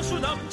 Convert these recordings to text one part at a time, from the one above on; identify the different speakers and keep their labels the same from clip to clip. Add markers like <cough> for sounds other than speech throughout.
Speaker 1: 재미있어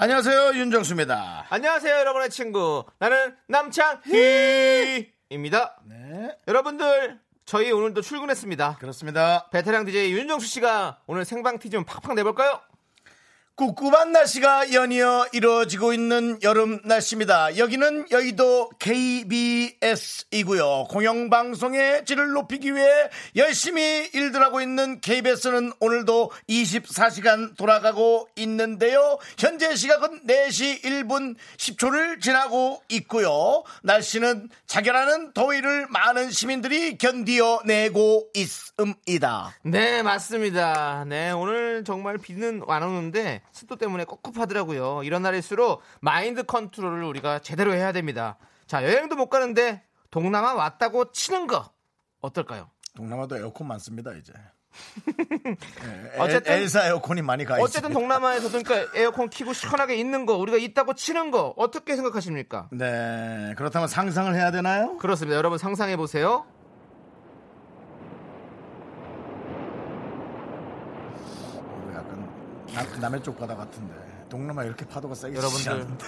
Speaker 1: 안녕하세요 윤정수입니다
Speaker 2: 안녕하세요, 여러분의 친구. 나는 남창희입니다.
Speaker 1: 네
Speaker 2: 여러분들, 저희 오늘도 출근했습니다.
Speaker 1: 그렇습니다
Speaker 2: 베테랑 DJ 윤정수 씨가 오늘 생방 티 좀 팍팍 내볼까요?
Speaker 1: 꿉꿉한 날씨가 연이어 이루어지고 있는 여름 날씨입니다 여기는 여의도 KBS이고요 공영방송의 질을 높이기 위해 열심히 일들 하고 있는 KBS는 오늘도 24시간 돌아가고 있는데요 현재 시각은 4시 1분 10초를 지나고 있고요 날씨는 자결하는 더위를 많은 시민들이 견디어내고 있습니다
Speaker 2: 네, 맞습니다. 네, 오늘 정말 비는 안 오는데 습도 때문에 꿉꿉하더라고요. 이런 날일수록 마인드 컨트롤을 우리가 제대로 해야 됩니다. 자, 여행도 못 가는데 동남아 왔다고 치는 거 어떨까요?
Speaker 1: 동남아도 에어컨 많습니다
Speaker 2: <laughs>
Speaker 1: 이제.
Speaker 2: 어쨌든-
Speaker 1: 어쨌든 엘사 에어컨이 많이 가 있어요.
Speaker 2: 어쨌든 동남아에서 그러니까 에어컨 키고 시원하게 있는 거 우리가 있다고 치는 거 어떻게 생각하십니까?
Speaker 1: 네 그렇다면 상상을 해야 되나요?
Speaker 2: 그렇습니다. 여러분 상상해 보세요.
Speaker 1: 어, 약간 남, 남해 쪽 바다 같은데 동남아 이렇게 파도가 세게
Speaker 2: 여러분들.
Speaker 1: 치지 않는데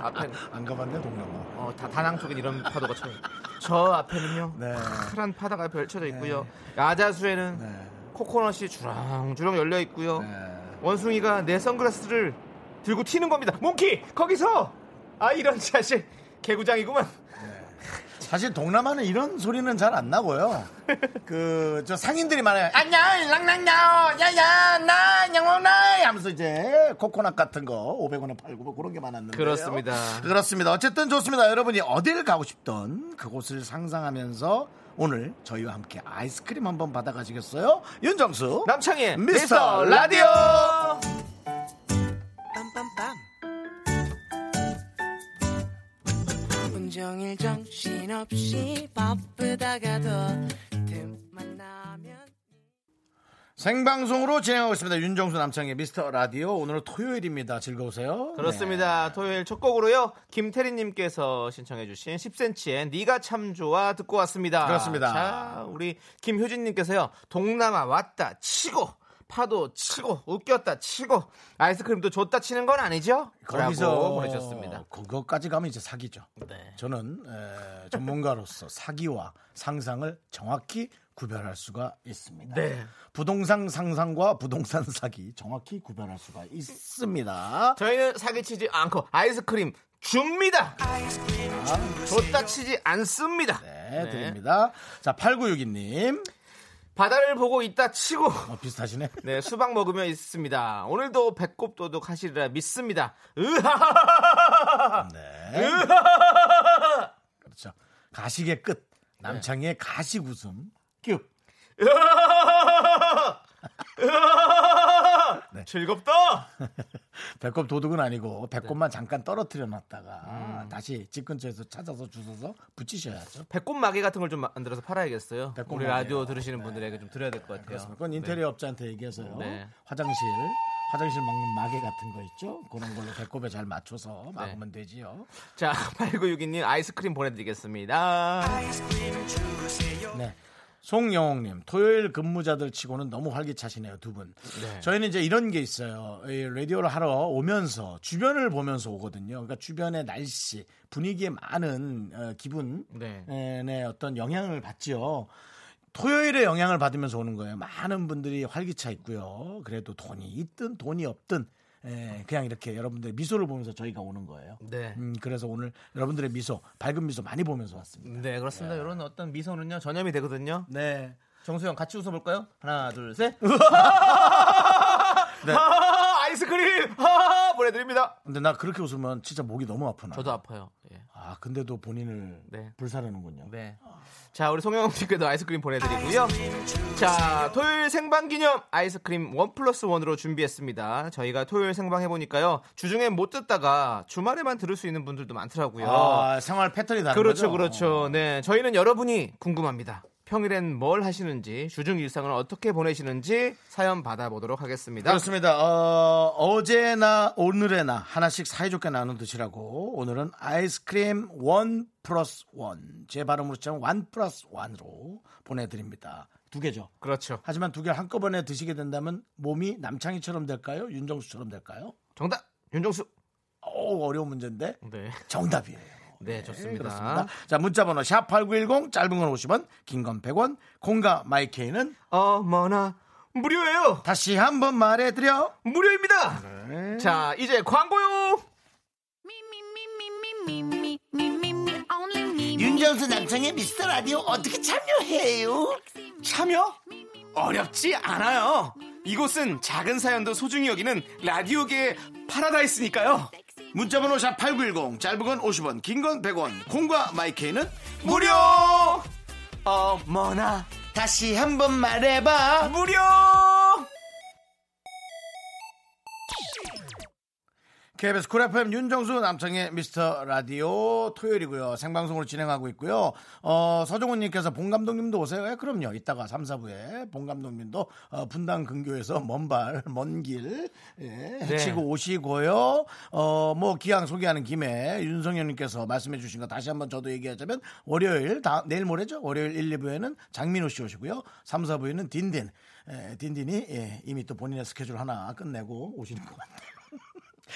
Speaker 2: 앞에
Speaker 1: 안 가봤네 동남아.
Speaker 2: 어, 다, 다낭 쪽엔 이런 파도가 쳐요. 저 앞에는요.
Speaker 1: 네.
Speaker 2: 파란 파다가 펼쳐져 있고요. 야자수에는
Speaker 1: 네.
Speaker 2: 코코넛이 주렁주렁 열려 있고요.
Speaker 1: 네.
Speaker 2: 원숭이가 내 선글라스를 들고 튀는 겁니다. 몽키 거기서 아 이런 자식 개구장이구만.
Speaker 1: 사실 동남아는 이런 소리는 잘 안 나고요. 그 저 상인들이 많아요. 안녕 랑랑냥 야야 나 양호나 하면서 이제 코코넛 같은 거 500원에 팔고 뭐 그런 게 많았는데
Speaker 2: 그렇습니다.
Speaker 1: 그렇습니다. 어쨌든 좋습니다. 여러분이 어딜 가고 싶던 그곳을 상상하면서 오늘 저희와 함께 아이스크림 한번 받아가시겠어요? 윤정수
Speaker 2: 남창희
Speaker 1: 미스터
Speaker 2: 미스터 라디오.
Speaker 3: 온종일 정신없이 바쁘다가도 틈만 나면
Speaker 1: 생방송으로 진행하고 있습니다. 윤정수 남창의 미스터 라디오 오늘은 토요일입니다. 즐거우세요?
Speaker 2: 그렇습니다. 토요일 첫 곡으로요. 김태리님께서 신청해주신 10cm의 네가 참 좋아 듣고 왔습니다.
Speaker 1: 그렇습니다.
Speaker 2: 자, 우리 김효진님께서요. 동남아 왔다 치고 파도 치고 웃겼다 치고 아이스크림도 줬다 치는 건 아니죠? 라고 보내주셨습니다.
Speaker 1: 어, 그거까지 가면 이제 사기죠.
Speaker 2: 네.
Speaker 1: 저는 에, 전문가로서 <laughs> 사기와 상상을 정확히 구별할 수가 있습니다.
Speaker 2: 네.
Speaker 1: 부동산 상상과 부동산 사기 정확히 구별할 수가 있습니다.
Speaker 2: 저희는 사기치지 않고 아이스크림 줍니다. 줬다 치지 않습니다.
Speaker 1: 네, 드립니다. 자, 8962님.
Speaker 2: 바다를 보고 있다 치고
Speaker 1: 어, 비슷하시네.
Speaker 2: 네, 수박 먹으며 있습니다. 오늘도 배꼽 도둑 하시리라 믿습니다. 으하! <laughs>
Speaker 1: 네. 그렇죠. 가식의 끝. 남창희의 가식 웃음. 급.
Speaker 2: 으하! 으하!
Speaker 1: 네.
Speaker 2: 즐겁다.
Speaker 1: <laughs> 배꼽 도둑은 아니고 배꼽만 잠깐 떨어뜨려 놨다가 다시 집 근처에서 찾아서 주워서 붙이셔야죠.
Speaker 2: 배꼽 마개 같은 걸 좀 만들어서 팔아야겠어요.
Speaker 1: 배꼽
Speaker 2: 우리
Speaker 1: 마개요.
Speaker 2: 라디오 들으시는 분들에게 좀 드려야 될 것 같아요.
Speaker 1: 그렇습니다. 그건 인테리어 업자한테 얘기해서요.
Speaker 2: 네.
Speaker 1: 화장실 화장실 막는 마개 같은 거 있죠. 그런 걸로 배꼽에 잘 맞춰서 막으면 되지요.
Speaker 2: 자, 8962님 아이스크림 보내드리겠습니다.
Speaker 1: 네. 송영웅님 토요일 근무자들 치고는 너무 활기차시네요 두 분.
Speaker 2: 네.
Speaker 1: 저희는 이제 이런 게 있어요. 이 라디오를 하러 오면서 주변을 보면서 오거든요. 그러니까 주변의 날씨 분위기에 많은 어, 기분
Speaker 2: 네.
Speaker 1: 네, 어떤 영향을 받지요. 토요일에 영향을 받으면서 오는 거예요. 많은 분들이 활기차 있고요. 그래도 돈이 있든 돈이 없든 에, 그냥 이렇게 여러분들의 미소를 보면서 저희가 오는 거예요.
Speaker 2: 네.
Speaker 1: 음, 그래서 오늘 여러분들의 미소, 밝은 미소 많이 보면서 왔습니다.
Speaker 2: 네, 그렇습니다. 이런 어떤 미소는요, 전염이 되거든요.
Speaker 1: 네.
Speaker 2: 정수영 같이 웃어볼까요?
Speaker 1: <laughs> 네.
Speaker 2: <laughs> 하나, 둘, 셋. 아이스크림! <laughs> 보내드립니다.
Speaker 1: 근데 나 그렇게 웃으면 진짜 목이 너무 아프나.
Speaker 2: 저도 아파요. 예.
Speaker 1: 아 근데도 본인을
Speaker 2: 네.
Speaker 1: 불사르는군요.
Speaker 2: 네. 자, 우리 송영님께도 아이스크림 보내드리고요. 자, 토요일 생방 기념 아이스크림 원 플러스 원으로 준비했습니다. 저희가 토요일 생방 해보니까요. 주중에 못 듣다가 주말에만 들을 수 있는 분들도 많더라고요.
Speaker 1: 아 생활 패턴이 다른
Speaker 2: 그렇죠,
Speaker 1: 거죠?
Speaker 2: 그렇죠. 네, 저희는 여러분이 궁금합니다. 평일엔 뭘 하시는지, 주중 일상을 어떻게 보내시는지 사연 받아보도록 하겠습니다.
Speaker 1: 그렇습니다. 어, 어제나 오늘에나 하나씩 사이좋게 나눠 드시라고 오늘은 아이스크림 원 플러스 원. 제 발음으로 치면 원 플러스 원으로 보내드립니다. 두 개죠.
Speaker 2: 그렇죠.
Speaker 1: 하지만 두 개 한꺼번에 드시게 된다면 몸이 남창희처럼 될까요? 윤정수처럼 될까요?
Speaker 2: 정답, 윤정수.
Speaker 1: 어 어려운 문제인데
Speaker 2: 네,
Speaker 1: 정답이에요.
Speaker 2: 네, 좋습니다.
Speaker 1: 그렇습니다. 자 문자번호 샵 #8910 짧은 건 50원, 긴 건 100원, 공과 마이케이는
Speaker 2: 어머나, 무료예요.
Speaker 1: 다시 한번 말해드려.
Speaker 2: 무료입니다. 자, 이제 광고요.
Speaker 1: 윤정수 남성의 미스터 라디오 어떻게 참여해요?
Speaker 4: 참여? 어렵지 않아요. 이곳은 작은 사연도 소중히 여기는 라디오계의 파라다이스니까요.
Speaker 1: 문자번호 샵 #8910 짧은 건 50원, 긴 건 100원, 공과 마이케이는
Speaker 4: 무료! 어머나,
Speaker 1: 다시 한번 말해봐.
Speaker 4: 무료!
Speaker 1: KBS 쿨 FM 윤정수 남성의 미스터 라디오 토요일이고요. 생방송으로 진행하고 있고요. 어, 서정훈님께서 봉 감독님도 오세요. 예, 그럼요. 이따가 3, 4부에 봉 감독님도 어, 분당 근교에서 먼발 먼 길 예, 해치고 오시고요. 어, 뭐 기왕 소개하는 김에 윤성현님께서 말씀해주신 거 다시 한번 저도 얘기하자면 월요일 다, 내일 모레죠. 월요일 1, 2부에는 장민호 씨 오시고요. 3, 4부에는 딘딘 예, 딘딘이 예, 이미 또 본인의 스케줄 하나 끝내고 오시는 것 같아요.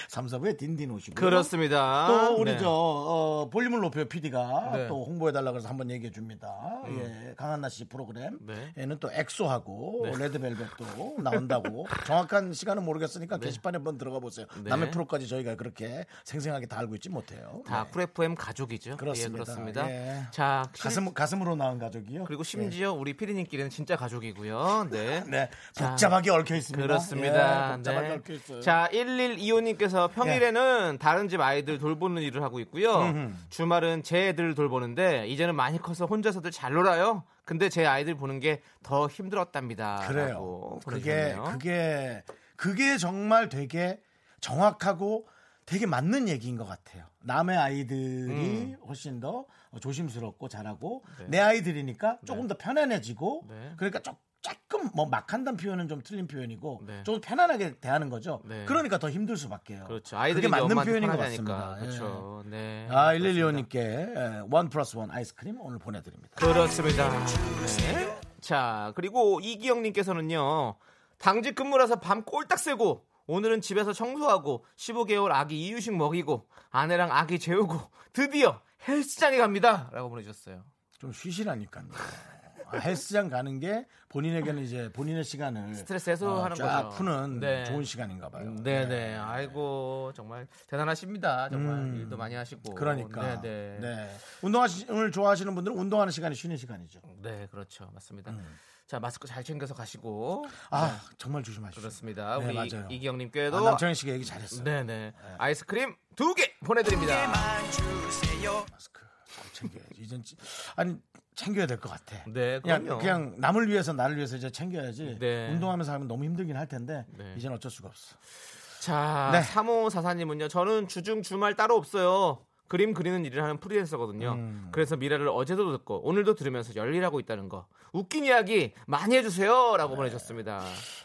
Speaker 1: 3, 4부에 딘딘 오시고.
Speaker 2: 그렇습니다.
Speaker 1: 또 우리
Speaker 2: 네.
Speaker 1: 저 어, 볼륨을 높여 PD가
Speaker 2: 네. 음.
Speaker 1: 또 홍보해 달라 그래서 한번 얘기해 줍니다. 예, 강한나 씨 프로그램.
Speaker 2: 네.
Speaker 1: 얘는 또 엑소하고 레드벨벳도
Speaker 2: <laughs>
Speaker 1: 나온다고. 정확한 시간은 모르겠으니까 게시판에 한번 들어가 보세요.
Speaker 2: 네.
Speaker 1: 남의 프로까지 저희가 그렇게 생생하게 다 알고 있지 못해요.
Speaker 2: 다
Speaker 1: 네.
Speaker 2: 쿨 FM 가족이죠.
Speaker 1: 그렇습니다.
Speaker 2: 예, 그렇습니다.
Speaker 1: 예.
Speaker 2: 자,
Speaker 1: 가슴 가슴으로 나온 가족이요.
Speaker 2: 그리고
Speaker 1: 예.
Speaker 2: 심지어 우리 피디님끼리는 진짜 가족이고요. 네.
Speaker 1: 네, 복잡하게 얽혀 있습니다.
Speaker 2: 그렇습니다.
Speaker 1: 예, 복잡하게
Speaker 2: 네.
Speaker 1: 얽혀 있어요. 예.
Speaker 2: 자, 1125님께서 평일에는 다른 집 아이들 돌보는 일을 하고 있고요. 주말은 제 애들 돌보는데 이제는 많이 커서 혼자서들 잘 놀아요. 근데 제 아이들 보는 게 더 힘들었답니다.
Speaker 1: 그래요. 그게 그게 그게 정말 되게 정확하고 되게 맞는 얘기인 것 같아요. 남의
Speaker 2: 음.
Speaker 1: 아이들이 훨씬 더 조심스럽고 잘하고 내 아이들이니까 조금 더 편안해지고
Speaker 2: 네.
Speaker 1: 그러니까 조, 조금 뭐 막한다는 표현은 좀 틀린 표현이고
Speaker 2: 네.
Speaker 1: 좀 편안하게 대하는 거죠.
Speaker 2: 네.
Speaker 1: 그러니까 더 힘들 수밖에요.
Speaker 2: 렇
Speaker 1: 그게
Speaker 2: 죠 아이들이
Speaker 1: 맞는
Speaker 2: 엄마한테
Speaker 1: 표현인 것
Speaker 2: 편하니까.
Speaker 1: 같습니다. 예.
Speaker 2: 그렇죠. 네.
Speaker 1: 아, 112호님께 예, 원 플러스 원 아이스크림 오늘 보내드립니다.
Speaker 2: 그렇습니다. 네. 자, 그리고 이기영님께서는요, 당직 근무라서 밤 꼴딱 새고, 오늘은 집에서 청소하고, 15개월 아기 이유식 먹이고, 아내랑 아기 재우고, 드디어 헬스장에 갑니다. 라고 보내주셨어요.
Speaker 1: 좀 쉬시라니까요. 아, 헬스장 가는 게 본인에게는 이제 본인의 시간을 어,
Speaker 2: 스트레스 해소하는
Speaker 1: 쫙
Speaker 2: 거죠.
Speaker 1: 푸는
Speaker 2: 네.
Speaker 1: 좋은 시간인가 봐요.
Speaker 2: 네네. 아이고, 정말 대단하십니다. 정말
Speaker 1: 음.
Speaker 2: 일도 많이 하시고.
Speaker 1: 그러니까
Speaker 2: 네네.
Speaker 1: 네. 운동하시는 좋아하시는 분들은 운동하는 시간이 쉬는 시간이죠.
Speaker 2: 네, 그렇죠. 맞습니다. 자, 마스크 잘 챙겨서 가시고.
Speaker 1: 아 정말 조심하십시오.
Speaker 2: 네. 그렇습니다.
Speaker 1: 네,
Speaker 2: 우리
Speaker 1: 맞아요.
Speaker 2: 이기영님께도
Speaker 1: 아, 남창희 씨가 얘기 잘했어요.
Speaker 2: 네네. 아이스크림 두 개 보내드립니다.
Speaker 1: 마스크 잘 챙겨야지. 이젠 찌- 아니 챙겨야 될 것 같아.
Speaker 2: 네,
Speaker 1: 그냥
Speaker 2: 그럼요.
Speaker 1: 그냥 남을 위해서 나를 위해서 이제 챙겨야지.
Speaker 2: 네.
Speaker 1: 운동하면서 하면 너무 힘들긴 할 텐데
Speaker 2: 네.
Speaker 1: 이젠 어쩔 수가 없어.
Speaker 2: 자,
Speaker 1: 네.
Speaker 2: 3544님은요. 저는 주중 주말 따로 없어요. 그림 그리는 일을 하는 프리랜서거든요.
Speaker 1: 음.
Speaker 2: 그래서 미라를 어제도 듣고 오늘도 들으면서 열일하고 있다는 거. 웃긴 이야기 많이 해주세요라고
Speaker 1: 네.
Speaker 2: 보내셨습니다.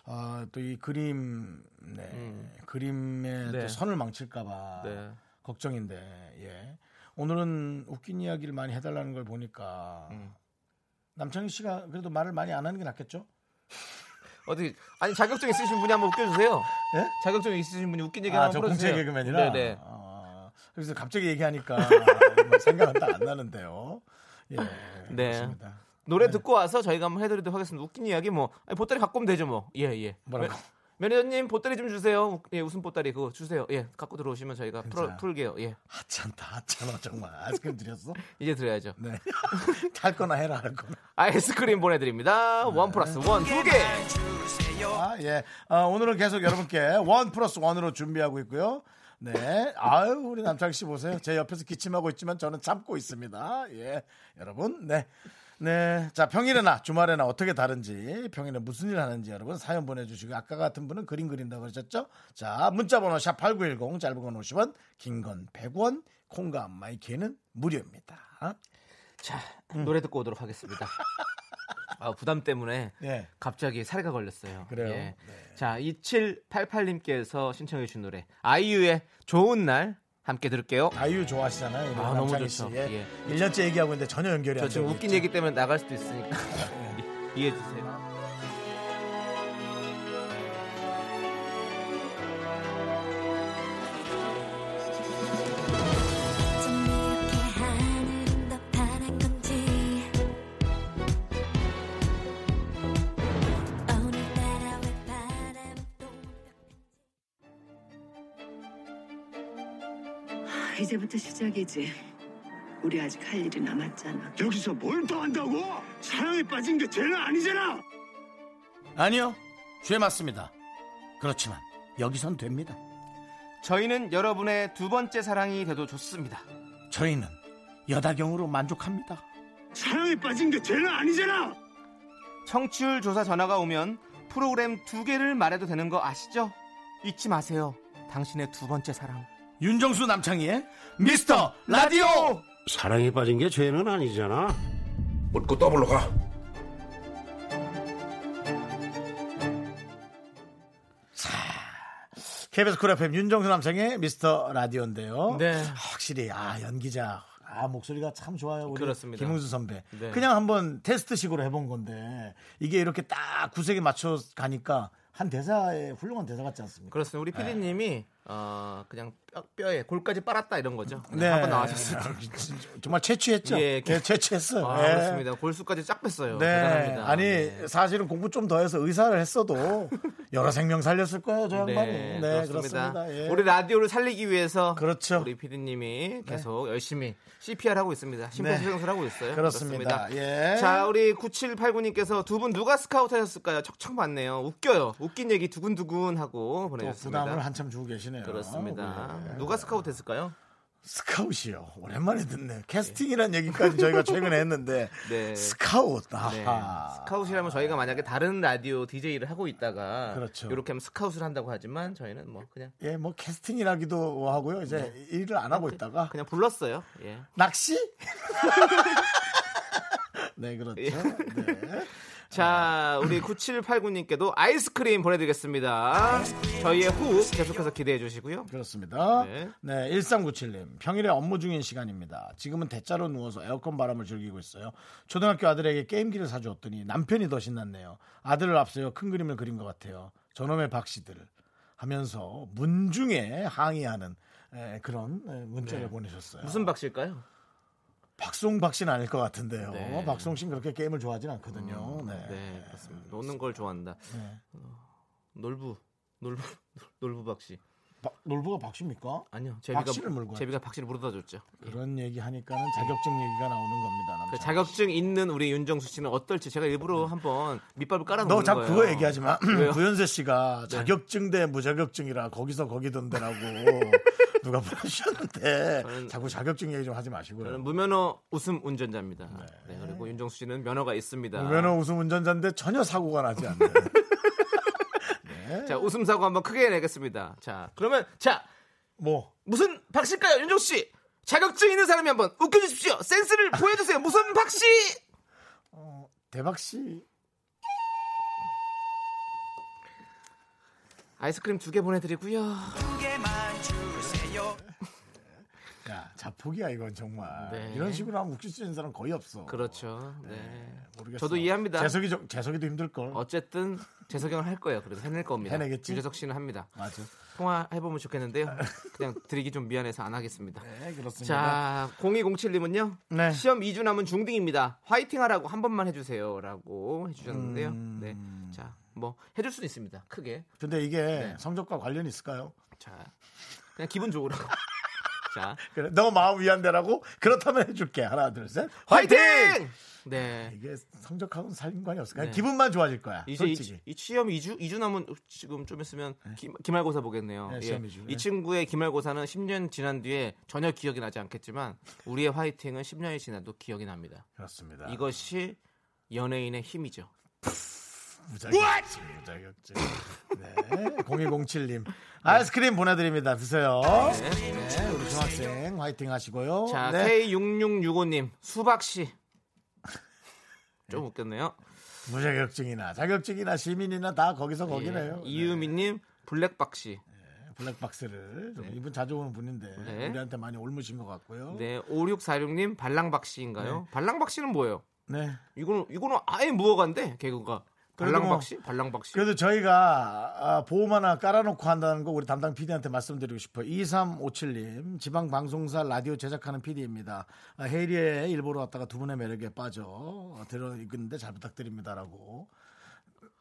Speaker 1: 아, 또 이 그림, 네. 그림의
Speaker 2: 음. 네.
Speaker 1: 또 선을 망칠까봐
Speaker 2: 네.
Speaker 1: 걱정인데, 예. 오늘은 웃긴 이야기를 많이 해달라는 걸 보니까
Speaker 2: 음.
Speaker 1: 남창희 씨가 그래도 말을 많이 안 하는 게 낫겠죠?
Speaker 2: 어디 아니 자격증 있으신 분이 한번 웃겨주세요.
Speaker 1: 예?
Speaker 2: 자격증 있으신 분이 웃긴 얘기
Speaker 1: 아,
Speaker 2: 한번
Speaker 1: 저
Speaker 2: 풀어주세요.
Speaker 1: 공채 개그맨이라.
Speaker 2: 네네.
Speaker 1: 아, 그래서 갑자기 얘기하니까 <laughs> 뭐 생각은 딱 안 나는데요. 예.
Speaker 2: 네.
Speaker 1: 그렇습니다.
Speaker 2: 노래 듣고 와서 저희가 한번 해드리도록 하겠습니다. 웃긴 이야기 뭐 아니, 보따리 갖고 오면 되죠 뭐. 예 예.
Speaker 1: 뭐라고?
Speaker 2: 매, 매니저님 보따리 좀 주세요. 웃- 예, 웃음 보따리 그거 주세요. 예 갖고 들어오시면 저희가 풀어,
Speaker 1: 괜찮아요.
Speaker 2: 풀게요. 예
Speaker 1: 하찮다, 하찮아, 정말. 아이스크림 드렸어?
Speaker 2: 이제 드려야죠. 아,
Speaker 1: 네. <laughs> 할 거나 해라, 할 거나.
Speaker 2: 아이스크림 보내드립니다. 원 플러스 원 두 개.
Speaker 1: 아, 예. 어, 오늘은 계속 여러분께 원 플러스 원으로 준비하고 있고요. 네. 아유, 우리 남창 씨 보세요. 제 옆에서 기침하고 있지만 저는 참고 있습니다. 예. 여러분, 네. 네. 자, 평일에나 주말에나 어떻게 다른지, 평일에 무슨 일 하는지 여러분 사연 보내주시고, 아까 같은 분은 그림 그린다고 그러셨죠? 자, 문자번호 샵8910, 짧은 건 50원, 긴 건 100원, 콩과 마이키는 무료입니다.
Speaker 2: 자 노래 듣고 오도록 하겠습니다. 아, 부담 때문에
Speaker 1: 예.
Speaker 2: 갑자기 살가 걸렸어요. 예.
Speaker 1: 그래요? 네.
Speaker 2: 자 2788님께서 신청해 주신 노래 아이유의 좋은 날 함께 들을게요.
Speaker 1: 아이유 좋아하시잖아요. 우리
Speaker 2: 아, 너무
Speaker 1: 남창희
Speaker 2: 좋죠.
Speaker 1: 씨.
Speaker 2: 예.
Speaker 1: 예. 1년째 얘기하고 있는데 전혀 연결이
Speaker 2: 저
Speaker 1: 안 돼요.
Speaker 2: 지금 웃긴 얘기 때문에 나갈 수도 있으니까
Speaker 1: 네.
Speaker 2: <laughs> 이해해 주세요.
Speaker 5: 어쩜 이렇게 하늘은 더 파란 건지 오늘따라 왜 바람은 또
Speaker 6: 이제부터 시작이지. 우리 아직 할 일이 남았잖아.
Speaker 7: 여기서 뭘 또 한다고? 사랑에 빠진 게 죄는 아니잖아.
Speaker 1: 아니요. 죄 맞습니다. 그렇지만 여기선 됩니다.
Speaker 2: 저희는 여러분의 두 번째 사랑이 돼도 좋습니다.
Speaker 1: 저희는 여다경으로 만족합니다.
Speaker 7: 사랑에 빠진 게 죄는 아니잖아.
Speaker 2: 청취율 조사 전화가 오면 프로그램 두 개를 말해도 되는 거 아시죠? 잊지 마세요. 당신의 두 번째 사랑.
Speaker 1: 윤정수 남창희의 미스터 라디오.
Speaker 8: 사랑에 빠진 게 죄는 아니잖아.
Speaker 1: KBS 쿨 FM 윤정수 남창희의 미스터 라디오인데요.
Speaker 2: 네.
Speaker 1: 확실히 아 연기자. 아 목소리가 참 좋아요 우리
Speaker 2: 그렇습니다.
Speaker 1: 김웅수 선배
Speaker 2: 네.
Speaker 1: 그냥 한번 테스트식으로 해본 건데 이게 이렇게 딱 구색에 맞춰 가니까 한 대사에 훌륭한 대사 같지 않습니까?
Speaker 2: 그렇습니다. 우리 PD님이 어, 그냥 뼈, 뼈에 골까지 빨았다 이런 거죠.
Speaker 1: 네.
Speaker 2: 한번 나와셨어요.
Speaker 1: 정말 채취했죠.
Speaker 2: 예.
Speaker 1: 예, 채취했어요.
Speaker 2: 아,
Speaker 1: 예.
Speaker 2: 그렇습니다. 골수까지 쫙 뺐어요.
Speaker 1: 네.
Speaker 2: 대단합니다.
Speaker 1: 아니,
Speaker 2: 네.
Speaker 1: 사실은 공부 좀 더 해서 의사를 했어도 여러 생명 살렸을 거예요, 저 양반이.
Speaker 2: 네,
Speaker 1: 네,
Speaker 2: 그렇습니다.
Speaker 1: 그렇습니다. 예.
Speaker 2: 우리 라디오를 살리기 위해서
Speaker 1: 그렇죠.
Speaker 2: 우리 PD님이 계속 열심히 CPR 하고 있습니다. 심폐소생술 하고 있어요.
Speaker 1: 네. 그렇습니다. 예.
Speaker 2: 자, 우리 9789님께서 두 분 누가 스카우트 하셨을까요? 척척 맞네요. 웃겨요. 웃긴 얘기 두근두근 하고
Speaker 1: 또
Speaker 2: 보내주셨습니다.
Speaker 1: 뭐 부담을 한참 주고 계시네요. 예.
Speaker 2: 그렇습니다.
Speaker 1: 우리.
Speaker 2: 누가 스카우트 했을까요?
Speaker 1: 스카웃이요. 오랜만에 듣네. 캐스팅이란 얘기까지 저희가 최근에 했는데
Speaker 2: <laughs> 네.
Speaker 1: 스카웃.
Speaker 2: 네.
Speaker 1: 아하.
Speaker 2: 스카웃이라면 저희가 만약에 다른 라디오 DJ를 하고 있다가
Speaker 1: 그렇죠.
Speaker 2: 이렇게 하면 스카웃을 한다고 하지만 저희는 뭐 그냥
Speaker 1: 예, 뭐 캐스팅이라기도 하고요. 이제 일을 안 하고 있다가
Speaker 2: <laughs> 네. 그냥 불렀어요. 예. <laughs>
Speaker 1: 낚시? 네, 그렇죠.
Speaker 2: 예.
Speaker 1: 네.
Speaker 2: 자, 우리 9789님께도 아이스크림 보내드리겠습니다. 저희의 호흡 계속해서 기대해 주시고요.
Speaker 1: 그렇습니다.
Speaker 2: 네.
Speaker 1: 네. 1397님. 평일에 업무 중인 시간입니다. 지금은 대자로 누워서 에어컨 바람을 즐기고 있어요. 초등학교 아들에게 게임기를 사주었더니 남편이 더 신났네요. 아들을 앞서요. 큰 그림을 그린 것 같아요. 저놈의 박씨들. 하면서 문중에 항의하는 에, 그런 에, 문자를 보내셨어요.
Speaker 2: 네. 무슨 박실까요?
Speaker 1: 박송박 씨는 아닐 것 같은데요.
Speaker 2: 네.
Speaker 1: 박송 씨는 그렇게 게임을 좋아하진 않거든요. 네.
Speaker 2: 네, 그렇습니다. 노는 걸 좋아한다.
Speaker 1: 네.
Speaker 2: 어, 놀부, 놀부, <laughs> 놀부 박씨.
Speaker 1: 바- 놀부가 박씨입니까?
Speaker 2: 아니요, 제비가
Speaker 1: 박씨를 몰고
Speaker 2: 제비가 박씨를 물어다 줬죠.
Speaker 1: 그런 얘기 하니까는 자격증 얘기가 나오는 겁니다.
Speaker 2: 예. 그
Speaker 1: 남자.
Speaker 2: 자격증 있는 우리 윤정수 씨는 어떨지 제가 일부러 한번 밑밥을 깔아놓은
Speaker 1: 너
Speaker 2: 거예요.
Speaker 1: 자꾸 그거 얘기하지 마.
Speaker 2: <clears throat> 왜요?
Speaker 1: <clears throat>
Speaker 2: 네.
Speaker 1: 구현세 씨가 자격증 대 무자격증이라 거기서 거기던데라고
Speaker 2: <laughs>
Speaker 1: 누가 보내주셨는데
Speaker 2: 저는-
Speaker 1: 자꾸 자격증 얘기 좀 하지 마시고요.
Speaker 2: 저는 뭐 무면허 웃음 운전자입니다. 네, 그리고 윤정수 씨는 면허가 있습니다.
Speaker 1: 무면허 웃음 운전자인데 전혀 사고가 나지
Speaker 2: <laughs>
Speaker 1: 않네.
Speaker 2: 자, 웃음 사고 한번 크게 내겠습니다. 자, 그러면 자
Speaker 1: 뭐
Speaker 2: 무슨 박씨일까요, 윤정 씨? 자격증 있는 사람이 한번 웃겨주십시오. 센스를 보여주세요. 무슨 박씨?
Speaker 1: 대박 씨
Speaker 2: 아이스크림 두 개 보내드리고요.
Speaker 1: 야, 자폭이야 이건 정말.
Speaker 2: 네.
Speaker 1: 이런 식으로 하면 웃길 수 있는 사람 거의 없어.
Speaker 2: 그렇죠. 네.
Speaker 1: 모르겠어.
Speaker 2: 저도 이해합니다.
Speaker 1: 재석이 좀- 재석이도 힘들 걸.
Speaker 2: 어쨌든 재석영을 할 거예요. 그래서 해낼 겁니다.
Speaker 1: 해내겠지?
Speaker 2: 유재석 씨는 합니다.
Speaker 1: 맞아.
Speaker 2: 통화해보면 좋겠는데요. 그냥 드리기 좀 미안해서 안 하겠습니다.
Speaker 1: 네 그렇습니다.
Speaker 2: 자, 0207님은요.
Speaker 1: 네.
Speaker 2: 시험 2주 남은 중딩입니다. 화이팅 하라고 한 번만 해주세요. 라고 해주셨는데요.
Speaker 1: 음.
Speaker 2: 네. 자, 뭐, 해줄 수는 있습니다. 크게. 네.
Speaker 1: 근데 이게 성적과 관련이 있을까요? <laughs>
Speaker 2: 자, 그냥 기분 좋으라고. 자,
Speaker 1: 그래, 너 마음 위안되라고? 그렇다면 해줄게. 하나, 둘, 셋.
Speaker 2: 화이팅!
Speaker 1: 화이팅!
Speaker 2: 네.
Speaker 1: 아, 이게 성적하고는 상관이 없어. 그냥
Speaker 2: 네.
Speaker 1: 기분만 좋아질 거야.
Speaker 2: 이제 이,
Speaker 1: 솔직히.
Speaker 2: 이 시험 2주 2주 남은 지금 좀 있으면 기, 기말고사 보겠네요.
Speaker 1: 네,
Speaker 2: 예.
Speaker 1: 시험 이주.
Speaker 2: 이
Speaker 1: 네.
Speaker 2: 친구의 기말고사는 10년 지난 뒤에 전혀 기억이 나지 않겠지만 우리의 화이팅은 10년이 지나도 기억이 납니다.
Speaker 1: 그렇습니다.
Speaker 2: 이것이 연예인의 힘이죠.
Speaker 1: 무자격증, 무자격증. 네, 0107님. 아이스크림 보내드립니다. 드세요. 네, 우리 중학생 화이팅 하시고요.
Speaker 2: 자,
Speaker 1: 네.
Speaker 2: K6665님, 수박씨. 좀 웃겼네요.
Speaker 1: 무자격증이나 자격증이나 시민이나 다 거기서 거기네요.
Speaker 2: 예. 이유미님, 블랙박씨.
Speaker 1: 네, 블랙박스를. 좀 이분 자주 오는 분인데
Speaker 2: 네.
Speaker 1: 우리한테 많이 올무신 것 같고요. 네.
Speaker 2: 네, 5646님, 발랑박씨인가요? 발랑박씨는 뭐예요?
Speaker 1: 네.
Speaker 2: 이거는, 이거는 아예 무어간데, 개그가.
Speaker 1: 그래도 뭐-
Speaker 2: 발랑박씨? 발랑박씨.
Speaker 1: 그래도 저희가 아, 보험 하나 깔아놓고 한다는 거 우리 담당 PD한테 말씀드리고 싶어요. 2357님 지방 방송사 라디오 제작하는 PD입니다. 헤이리에 일보러 왔다가 두 분의 매력에 빠져 어, 들어 있는데 잘 부탁드립니다라고.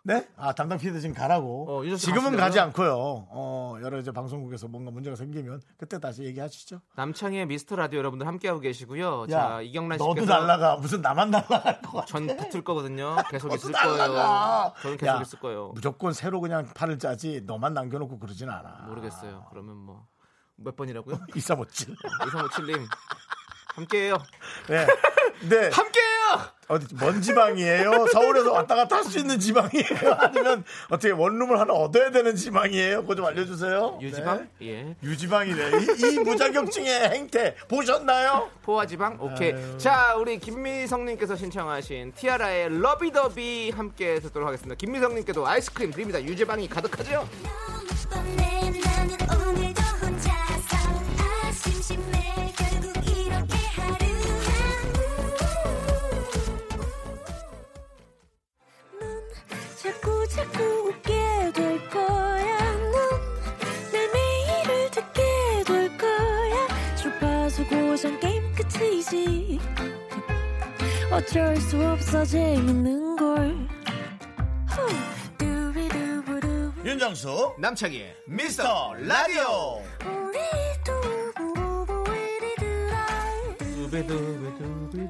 Speaker 1: 네? 아 담당 PD 지금 가라고.
Speaker 2: 어, 유재석
Speaker 1: 지금은
Speaker 2: 갔습니다.
Speaker 1: 가지 않고요. 어, 여러 이제 방송국에서 뭔가 문제가 생기면 그때 다시 얘기하시죠.
Speaker 2: 남창희의 미스터 라디오 여러분들 함께하고 계시고요.
Speaker 1: 야,
Speaker 2: 어, 자, 이경란 씨께서.
Speaker 1: 너도 날라가 무슨 나만 날라갈 것 같아.
Speaker 2: 전 붙을 거거든요. 계속 있을
Speaker 1: 너도 날라가.
Speaker 2: 거예요. 저는 계속
Speaker 1: 야,
Speaker 2: 있을 거예요.
Speaker 1: 무조건 새로 그냥 팔을 짜지 너만 남겨놓고 그러진 않아.
Speaker 2: 모르겠어요. 그러면 뭐. 몇 번이라고요?
Speaker 1: 이사모치. <laughs>
Speaker 2: 2357님. 함께해요.
Speaker 1: 네. 네.
Speaker 2: 함께해요!
Speaker 1: 어디 먼 지방이에요? 서울에서 왔다 갔다 할 수 있는 지방이에요? 아니면 어떻게 원룸을 하나 얻어야 되는 지방이에요? 그거 좀 알려주세요.
Speaker 2: 유지방?
Speaker 1: 네.
Speaker 2: 예.
Speaker 1: 유지방이래. 이, 이 무자격증의 행태 보셨나요?
Speaker 2: 포화지방? 오케이. 자, 우리 김미성님께서 신청하신 티아라의 러비더비 함께 듣도록 하겠습니다. 김미성님께도 아이스크림 드립니다. 유제방이 가득하죠?
Speaker 5: 너무 뻔해 나는 오늘도 혼자서 아 심심해 결국 이렇게 하루 넌 자꾸 자꾸 웃게 될 거야 넌내 매일을 듣게 될 거야 주파수 고정 게임 끝이지 어쩔 수 없어 재밌는걸 후. 두비두부두.
Speaker 1: 윤정수
Speaker 2: 남창희의
Speaker 1: 미스터 라디오.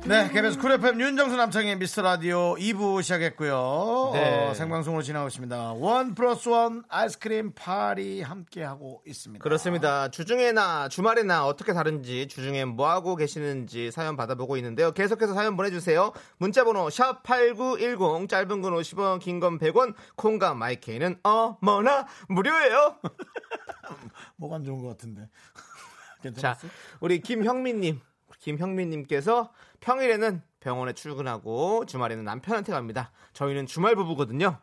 Speaker 1: 네, KBS 쿨 FM 윤정수 남창의 미스터 라디오 2부 시작했고요.
Speaker 2: 네.
Speaker 1: 어, 생방송으로 진행하고 있습니다. 원 플러스 원 아이스크림 파리 함께 하고 있습니다.
Speaker 2: 그렇습니다. 주중에나 주말에나 어떻게 다른지 주중에 뭐 하고 계시는지 사연 받아보고 있는데요. 계속해서 사연 보내주세요. 문자번호 샵 #8910 짧은 건 50원, 긴 건 100원. 콩과 마이케이는 어머나 무료예요.
Speaker 1: 뭐가 안 좋은 것 같은데. <laughs>
Speaker 2: 자,
Speaker 1: 괜찮았어?
Speaker 2: 우리 김형민님, 김형민님께서 평일에는 병원에 출근하고 주말에는 남편한테 갑니다. 저희는 주말 부부거든요.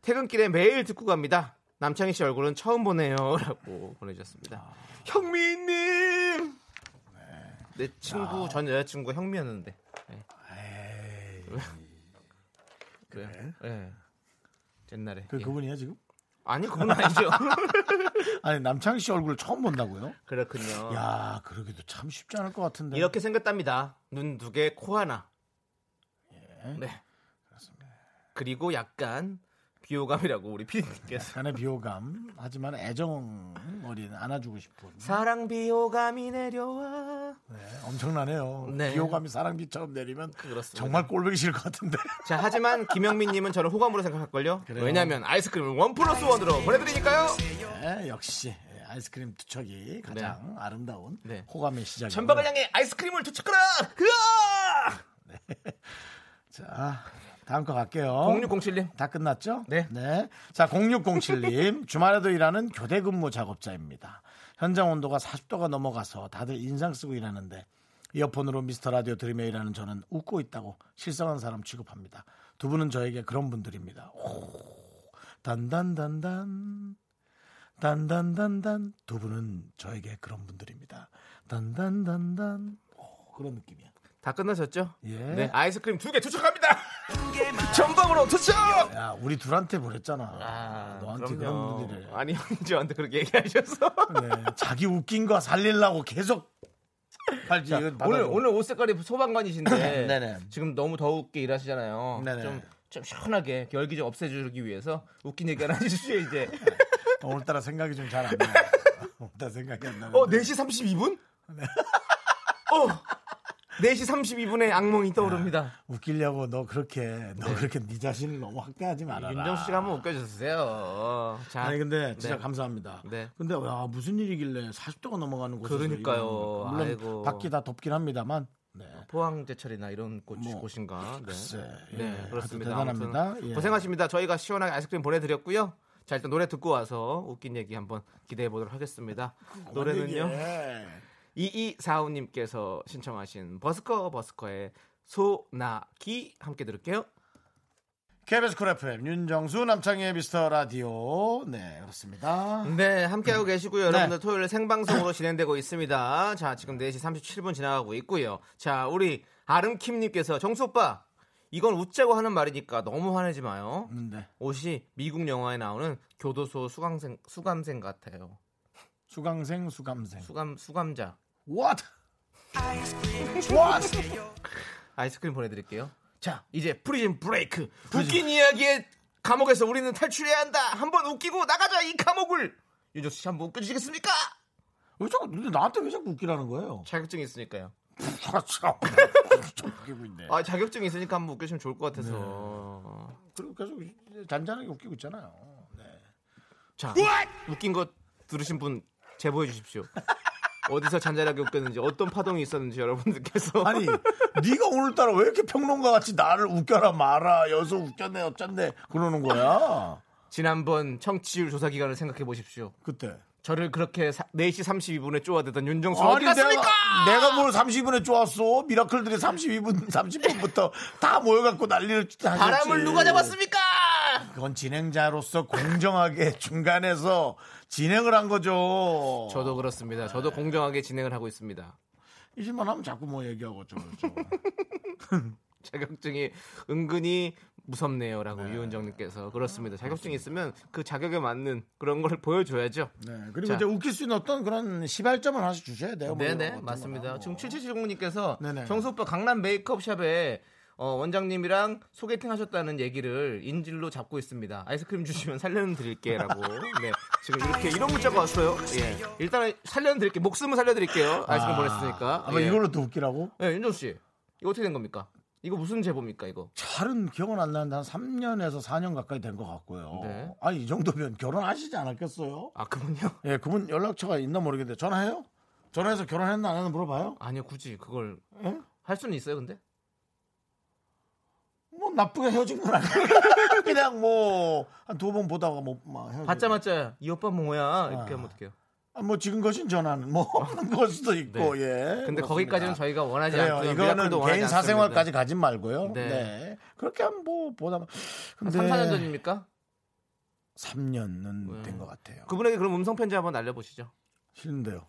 Speaker 2: 퇴근길에 매일 듣고 갑니다. 남창희 씨 얼굴은 처음 보네요라고 <laughs> 보내주셨습니다. 형민님, 내 친구 전 여자친구 가 형민이었는데. 네. 그래요? 네. 옛날에.
Speaker 1: 그
Speaker 2: 예.
Speaker 1: 그분이야 지금?
Speaker 2: 아니 그건 아니죠.
Speaker 1: 아니 남창희 씨 얼굴 처음 본다고요?
Speaker 2: <laughs> 그렇군요.
Speaker 1: 야, 그러기도 참 쉽지 않을 것 같은데.
Speaker 2: 어. 네. 이렇게 생겼답니다. 눈 두 개, 코 하나. 네. 그리고 약간 비호감이라고 우리 피디님께서
Speaker 1: 약간의 비호감, 하지만 애정 어린 안아주고 싶은.
Speaker 2: <laughs> 사랑 비호감이 내려와.
Speaker 1: 네, 엄청나네요.
Speaker 2: 네.
Speaker 1: 비호감이 사랑비처럼 내리면
Speaker 2: 그렇습니다.
Speaker 1: 정말 꼴보기 싫을 것 같은데.
Speaker 2: 자, 하지만 김영민님은 저를 호감으로 생각할걸요. 왜냐하면 아이스크림을 원 플러스 원으로 보내드리니까요.
Speaker 1: 네, 역시 예, 아이스크림 투척이 가장 아름다운
Speaker 2: 네.
Speaker 1: 호감의 시작.
Speaker 2: 전박을 향해 아이스크림을 도착하라. 으아!
Speaker 1: 자, 아, 다음 거 갈게요.
Speaker 2: 어? 0607님.
Speaker 1: 다 끝났죠?
Speaker 2: 네.
Speaker 1: 자, 0607님. <laughs> 주말에도 일하는 교대 근무 작업자입니다. 현장 온도가 40도가 넘어가서 다들 인상 쓰고 일하는데 이어폰으로 미스터 라디오 들으며 일하는 저는 웃고 있다고 실성한 사람 취급합니다. 두 분은 저에게 그런 분들입니다. 오, 단단단단. 단단단단. 두 분은 저에게 그런 분들입니다. 단단단단. 오, 그런 느낌이야.
Speaker 2: 다 끝나셨죠?
Speaker 1: 예.
Speaker 2: 네, 아이스크림 두 개 도착합니다. <laughs> 전방으로 도착.
Speaker 1: 야, 우리 둘한테 보냈잖아. 너한테
Speaker 2: 그럼요.
Speaker 1: 그런 분들을.
Speaker 2: 아니 형이 저한테 그렇게 <laughs> 얘기하셔서
Speaker 1: 네, 자기 웃긴 거 살리려고 계속 팔지.
Speaker 2: 자,
Speaker 1: 이거
Speaker 2: 오늘
Speaker 1: 받아줘.
Speaker 2: 오늘 옷 색깔이 소방관이신데
Speaker 1: <laughs> 네네.
Speaker 2: 지금 너무 더웁게 일하시잖아요.
Speaker 1: 네네.
Speaker 2: 좀, 좀 시원하게 열기 좀 없애주기 위해서 웃긴
Speaker 1: <laughs>
Speaker 2: 얘기 하나 해주시죠 이제. <laughs>
Speaker 1: 오늘따라 생각이 좀 잘 안 나. 오늘따라 생각이 안 나.
Speaker 2: 네. 어 4시 32분? <laughs> 어, 4시 32분에 악몽이 떠오릅니다.
Speaker 1: 웃기려고 너 그렇게 너 그렇게 네 자신을 너무 확대하지 말아라.
Speaker 2: 윤정수 씨가 한번 웃겨주세요. 어, 자,
Speaker 1: 아니 근데 진짜
Speaker 2: 네.
Speaker 1: 감사합니다.
Speaker 2: 네.
Speaker 1: 근데 야, 무슨 일이길래 40도가 넘어가는 곳에서
Speaker 2: 그러니까요.
Speaker 1: 이런- 물론
Speaker 2: 아이고.
Speaker 1: 밖이 다 덥긴 합니다만. 네.
Speaker 2: 포항제철이나 이런 곳,
Speaker 1: 뭐,
Speaker 2: 곳인가. 네.
Speaker 1: 글쎄, 예.
Speaker 2: 네, 그렇습니다.
Speaker 1: 하여튼 대단합니다.
Speaker 2: 아무튼
Speaker 1: 예.
Speaker 2: 고생하십니다. 저희가 시원하게 아이스크림 보내드렸고요. 자, 일단 노래 듣고 와서 웃긴 얘기 한번 기대해 보도록 하겠습니다. 노래는요.
Speaker 1: 예.
Speaker 2: 2245님께서 신청하신 버스커 버스커의 소나기 함께 들을게요.
Speaker 1: KBS 쿨 FM 윤정수 남창희의 미스터 라디오 네 그렇습니다.
Speaker 2: 네, 함께하고 계시고요. 여러분들 토요일 생방송으로 진행되고 있습니다. 자, 지금 4시 37분 지나가고 있고요. 자, 우리 아름킴님께서 정수 오빠, 이건 웃자고 하는 말이니까 너무 화내지 마요.
Speaker 1: 근데
Speaker 2: 옷이 미국 영화에 나오는 교도소 수강생 수감생 같아요.
Speaker 1: 수강생 수감생
Speaker 2: 수감 수감자.
Speaker 1: What What
Speaker 2: 아이스크림 보내드릴게요. 자, 이제 프리즌 브레이크. 웃긴 이야기의 감옥에서 우리는 탈출해야 한다. 한번 웃기고 나가자 이 감옥을. 윤정수 씨 한번 웃겨주시겠습니까?
Speaker 1: 왜 자꾸 근데 나한테 왜 자꾸 웃기라는 거예요?
Speaker 2: 자격증 이 있으니까요.
Speaker 1: 그렇죠. 좀 웃기고 있네.
Speaker 2: 아, 자격증 있으니까 한번 웃겨주면 좋을 것 같아서.
Speaker 1: 그리고 계속 잔잔하게 웃기고 있잖아요. 네.
Speaker 2: 자, 웃긴 것 들으신 분 제보해 <laughs> 주십시오. 어디서 잔잔하게 웃겼는지 어떤 파동이 있었는지 여러분들께서 <laughs>
Speaker 1: 아니 <laughs> 네가 오늘따라 왜 이렇게 평론가 같이 나를 웃겨라 마라 여기서 웃겼네 어쩐네 그러는 거야
Speaker 2: 지난번 청취율 조사 기간을 생각해 보십시오.
Speaker 1: 그때.
Speaker 2: 저를 그렇게 사- 4시 32분에 쪼아대던 윤정수 어디
Speaker 1: 아니
Speaker 2: 갔습니까?
Speaker 1: 내가 내가 뭘 30분에 쪼았어 미라클들이 32분 30분부터 다 모여갖고 난리를 하셨지.
Speaker 2: 바람을 누가 잡았습니까?
Speaker 1: 그건 진행자로서 공정하게 <laughs> 중간에서 진행을 한 거죠.
Speaker 2: 저도 그렇습니다. 저도 공정하게 진행을 하고 있습니다. <laughs>
Speaker 1: 이짓만 하면 자꾸 뭐 얘기하고 어쩌고 저쩌고.
Speaker 2: 자격증이 은근히 무섭네요라고 유은정님께서 그렇습니다. 자격증이 있으면 그 자격에 맞는 그런 걸 보여줘야죠.
Speaker 1: 네 그리고
Speaker 2: 자.
Speaker 1: 이제 웃길 수 있는 어떤 그런 시발점을 하나씩 주셔야 돼요. 뭐 이런
Speaker 2: 네네
Speaker 1: 어떤
Speaker 2: 맞습니다.
Speaker 1: 거나
Speaker 2: 지금
Speaker 1: 뭐.
Speaker 2: 7770님께서
Speaker 1: 네네.
Speaker 2: 정수 오빠 강남 메이크업샵에 어, 원장님이랑 소개팅 하셨다는 얘기를 인질로 잡고 있습니다. 아이스크림 주시면 살려는 <laughs> 드릴게라고. 네 지금 이렇게 이런 문자가 왔어요. 예 일단 살려는 드릴게 목숨은 살려드릴게요. 아이스크림 보냈으니까.
Speaker 1: 아, 마
Speaker 2: 예.
Speaker 1: 이걸로 또 웃기라고?
Speaker 2: 예 윤정 씨 이거 어떻게 된 겁니까? 이거 무슨 제보입니까 이거?
Speaker 1: 잘은 기억은 안 나는데 한 3년에서 4년 가까이 된 것 같고요.
Speaker 2: 네.
Speaker 1: 아니 이 정도면 결혼하시지 않았겠어요?
Speaker 2: 아 그분요?
Speaker 1: 예, 그분 연락처가 있나 모르겠는데 전화해요? 전화해서 결혼했나 안 했나 물어봐요?
Speaker 2: <laughs> 아니요 굳이 그걸
Speaker 1: 예?
Speaker 2: 할 수는 있어요
Speaker 1: 아,
Speaker 2: 근데
Speaker 1: 뭐 나쁘게 헤어진 건 아니에요. <laughs> 그냥 뭐 한 두 번 보다가 뭐막 헤어져.
Speaker 2: 받자마자 이 오빠 뭐야 이렇게 하면 어떡해요?
Speaker 1: 아, 뭐 지금 것인 전화는
Speaker 2: <laughs>
Speaker 1: 뭐 없는 걸 수도 있고 예.
Speaker 2: 네. 근데
Speaker 1: 그렇습니다.
Speaker 2: 거기까지는 저희가 원하지
Speaker 1: 그래요.
Speaker 2: 않고요. 미라클도
Speaker 1: 이거는
Speaker 2: 원하지
Speaker 1: 개인
Speaker 2: 않습니다.
Speaker 1: 사생활까지 가진 말고요.
Speaker 2: 네.
Speaker 1: 네. 그렇게 한 뭐 보다
Speaker 2: 한
Speaker 1: 근데
Speaker 2: 3, 4년 전입니까?
Speaker 1: 3년은
Speaker 2: 네.
Speaker 1: 된 것 같아요.
Speaker 2: 그분에게 그럼 음성 편지 한번 날려보시죠.
Speaker 1: 싫은데요.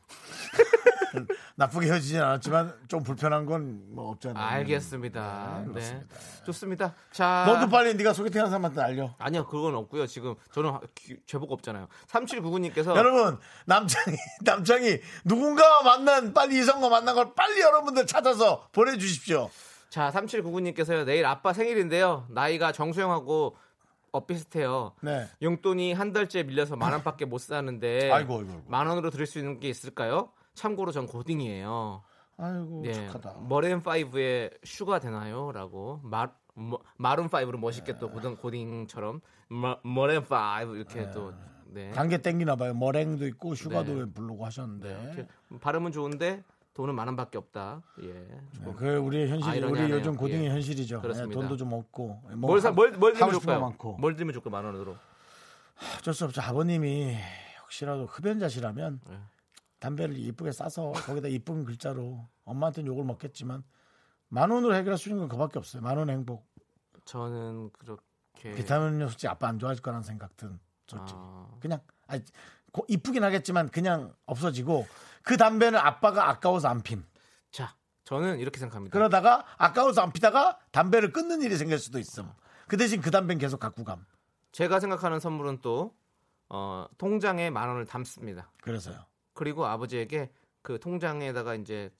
Speaker 1: <laughs> 나쁘게 헤어지진 않았지만 좀 불편한 건 뭐 없잖아요.
Speaker 2: 알겠습니다.
Speaker 1: 네,
Speaker 2: 네,
Speaker 1: 그렇습니다.
Speaker 2: 좋습니다. 자,
Speaker 1: 너도 빨리 네가 소개팅한 사람한테 알려.
Speaker 2: 아니요, 그건 없고요. 지금 저는 하- 귀- 제보가 없잖아요. 3799님께서
Speaker 1: 여러분 <laughs> 남창이 남창이 누군가와 만난 빨리 이성과 만난 걸 빨리 여러분들 찾아서 보내주십시오.
Speaker 2: 자, 3799님께서요. 내일 아빠 생일인데요. 나이가 정수영하고 엇비슷해요.
Speaker 1: 네.
Speaker 2: 용돈이 한 달째 밀려서 만 원밖에 못
Speaker 1: <laughs>
Speaker 2: 사는데
Speaker 1: 아이고, 아이고, 아이고.
Speaker 2: 만 원으로 드릴 수 있는 게 있을까요? 참고로 전 고딩이에요.
Speaker 1: 아이고
Speaker 2: 예,
Speaker 1: 착하다.
Speaker 2: 머른 파이브에 슈가 되나요?라고 마 마- 마룬 파이브로 멋있게
Speaker 1: 예.
Speaker 2: 또 고등 고딩처럼 마- 머른 파이브 이렇게 또 네.
Speaker 1: 단계 땡기나 봐요. 머랭도 있고 슈가도
Speaker 2: 네.
Speaker 1: 부르고 하셨는데.
Speaker 2: 이렇게 발음은 좋은데 돈은 만 원밖에 없다. 예. 조금.
Speaker 1: 네, 그 우리의 현실이 우리
Speaker 2: 아이러니하네요.
Speaker 1: 요즘 고딩의
Speaker 2: 예.
Speaker 1: 현실이죠. 네,
Speaker 2: 그렇습니다.
Speaker 1: 돈도 좀 없고 뭐
Speaker 2: 뭘 사, 뭘,
Speaker 1: 하고
Speaker 2: 뭘 드리면
Speaker 1: 싶은 거
Speaker 2: 좋을까요?
Speaker 1: 많고
Speaker 2: 뭘 드리면 좋을까 요만 원으로.
Speaker 1: 어쩔 수 없죠. 아버님이 혹시라도 흡연자시라면
Speaker 2: 네.
Speaker 1: 담배를 이쁘게 싸서 거기다 이쁜 글자로 엄마한테는 욕을 먹겠지만 만 원으로 해결할 수 있는 건 그밖에 없어요. 만 원 행복.
Speaker 2: 저는 그렇게
Speaker 1: 비타민 음료 솔직히 아빠 안 좋아할 거라는 생각든 솔직히
Speaker 2: 예. 아,
Speaker 1: 그냥 아니, 고- 이쁘긴 하겠지만 그냥 없어지고 그 담배는 아빠가 아까워서 안 핀.
Speaker 2: 자, 저는 이렇게 생각합니다.
Speaker 1: 그러다가 아까워서 안 피다가 담배를 끊는 일이 생길 수도 있음. 그 대신 그 담배는 계속 갖고 감.
Speaker 2: 제가 생각하는 선물은 또 어, 통장에 만 원을 담습니다.
Speaker 1: 그래서요.
Speaker 2: 그리고 아버지에게 그 통장에다가 이제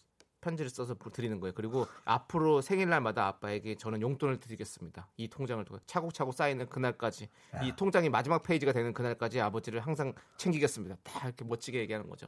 Speaker 2: 편지를 써서 드리는 거예요. 그리고 앞으로 생일날마다 아빠에게 저는 용돈을 드리겠습니다. 이 통장을 두고 차곡차곡 쌓이는 그날까지 이 통장이 마지막 페이지가 되는 그날까지 아버지를 항상 챙기겠습니다. 다 이렇게 멋지게 얘기하는 거죠.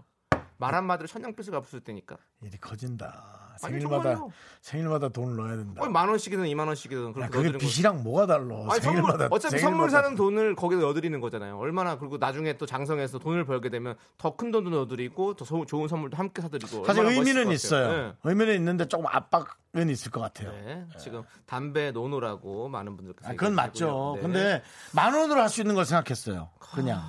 Speaker 2: 말 한마디로 천냥빚을 갚을 때니까
Speaker 1: 일이 커진다.
Speaker 2: 아니,
Speaker 1: 생일마다
Speaker 2: 정말요.
Speaker 1: 생일마다 돈을 넣어야 된다.
Speaker 2: 거의 만 원씩이든 이만 원씩이든
Speaker 1: 야,
Speaker 2: 그렇게
Speaker 1: 그게
Speaker 2: 넣어드리는 거.
Speaker 1: 빚이랑 뭐가 달라?
Speaker 2: 아니 선물
Speaker 1: 생일마다
Speaker 2: 어차피
Speaker 1: 생일마다
Speaker 2: 선물 사는 돈을 거기에 넣어드리는 거잖아요. 얼마나 그리고 나중에 또 장성해서 돈을 벌게 되면 더 큰 돈도 넣어드리고 더 소- 좋은 선물도 함께 사드리고.
Speaker 1: 사실
Speaker 2: 얼마나 멋있을
Speaker 1: 의미는
Speaker 2: 것 같아요.
Speaker 1: 있어요. 의미는 있는데 조금 압박은 있을 것 같아요.
Speaker 2: 네. 네. 지금 담배 노노라고 많은 분들께서.
Speaker 1: 아, 그건 맞죠.
Speaker 2: 얘기하시고요. 네.
Speaker 1: 근데 만 원으로 할 수 있는 걸 생각했어요. 그냥.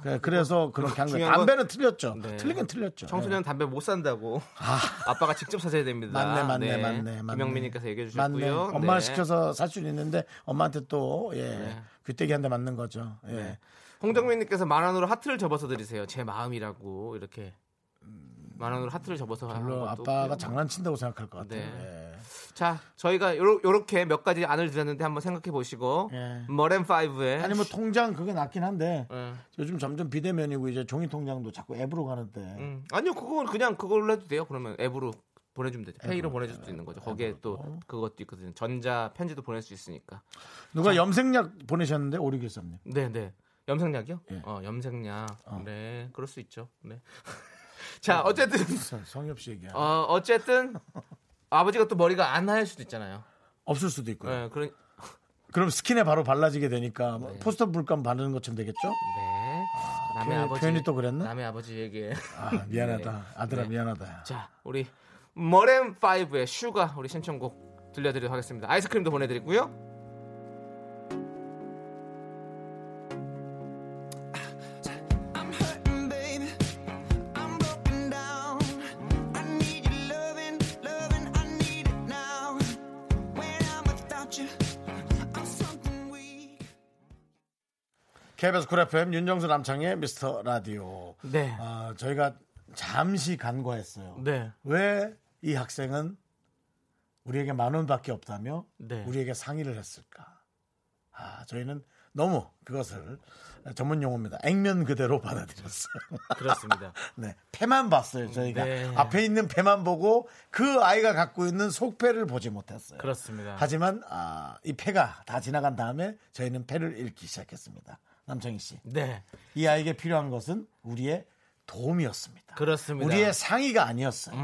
Speaker 1: 그래- 그래서 그렇게 한 거예요.
Speaker 2: 아, 중요한 건-
Speaker 1: 담배는 틀렸죠.
Speaker 2: 네.
Speaker 1: 틀리긴 틀렸죠.
Speaker 2: 청소년 담배 못 산다고 <laughs> 아빠가 직접 사셔야 됩니다.
Speaker 1: 네. 맞네, 맞네, 맞네, 맞네.
Speaker 2: 김영민님께서 얘기해 주셨고요.
Speaker 1: 맞네. 엄마를
Speaker 2: 네.
Speaker 1: 시켜서 살 수는 있는데 엄마한테 또 예. 귀때기 한 대 맞는 거죠. 예.
Speaker 2: 네. 홍정민님께서 만 원으로 하트를 접어서 드리세요. 제 마음이라고 이렇게 만 원으로 하트를 접어서 하는
Speaker 1: 별로
Speaker 2: 것도
Speaker 1: 아빠가
Speaker 2: 없고요.
Speaker 1: 장난친다고 생각할 것 같아요.
Speaker 2: 네.
Speaker 1: 예.
Speaker 2: 자 저희가 요러, 요렇게 몇 가지 안을 드렸는데 한번 생각해 보시고
Speaker 1: 예.
Speaker 2: 머렌 파이브의
Speaker 1: 아니 뭐 통장 그게 낫긴 한데
Speaker 2: 예.
Speaker 1: 요즘 점점 비대면이고 이제 종이 통장도 자꾸 앱으로 가는데
Speaker 2: 음. 아니요 그건 그냥 그걸로 해도 돼요. 그러면 앱으로 보내주면 되죠. 페이로 보내줄 수도 있는
Speaker 1: 예,
Speaker 2: 거죠. 거기에 또 그것도 있거든요. 전자 편지도 보낼 수 있으니까.
Speaker 1: 누가 염색약 보내셨는데 오류교사님
Speaker 2: 네, 네. 염색약이요?
Speaker 1: 예.
Speaker 2: 어, 염색약. 네, 그럴 수 있죠. 네. <laughs>
Speaker 1: 네.
Speaker 2: 자, 어쨌든
Speaker 1: 성엽 씨 얘기야.
Speaker 2: 어, 어쨌든 아버지가 또 머리가 안 하일 수도 있잖아요.
Speaker 1: 없을 수도 있고요.
Speaker 2: 네, 그런
Speaker 1: 그럼 스킨에 바로 발라지게 되니까 뭐 포스터 물감 바르는 것처럼 되겠죠?
Speaker 2: 네. 남의
Speaker 1: 표현이-
Speaker 2: 아버지
Speaker 1: 표현이 또 그랬나?
Speaker 2: 남의 아버지에게.
Speaker 1: 아, 미안하다.
Speaker 2: 네.
Speaker 1: 아들아
Speaker 2: 네.
Speaker 1: 미안하다.
Speaker 2: 자, 우리 머렘 5의 슈가 우리 신청곡 들려드리도록 하겠습니다. 아이스크림도 보내드리고요.
Speaker 1: KBS 쿨 FM 윤정수 남창의 미스터 라디오.
Speaker 2: 네.
Speaker 1: 아, 저희가 잠시 간과했어요.
Speaker 2: 네.
Speaker 1: 왜 이 학생은 우리에게 만 원밖에 없다며
Speaker 2: 네.
Speaker 1: 우리에게 상의를 했을까? 아, 저희는 너무 그것을 전문 용어입니다. 액면 그대로 받아들였어요. <laughs>
Speaker 2: 그렇습니다.
Speaker 1: 네, 패만 봤어요 저희가
Speaker 2: 네.
Speaker 1: 앞에 있는 패만 보고 그 아이가 갖고 있는 속패를 보지 못했어요.
Speaker 2: 그렇습니다.
Speaker 1: 하지만 아, 이 패가 다 지나간 다음에 저희는 패를 읽기 시작했습니다. 남정희 씨,
Speaker 2: 네.
Speaker 1: 이 아이에게 필요한 것은 우리의 도움이었습니다. 음.
Speaker 2: 그렇습니다.
Speaker 1: 우리의 상의가 아니었어요.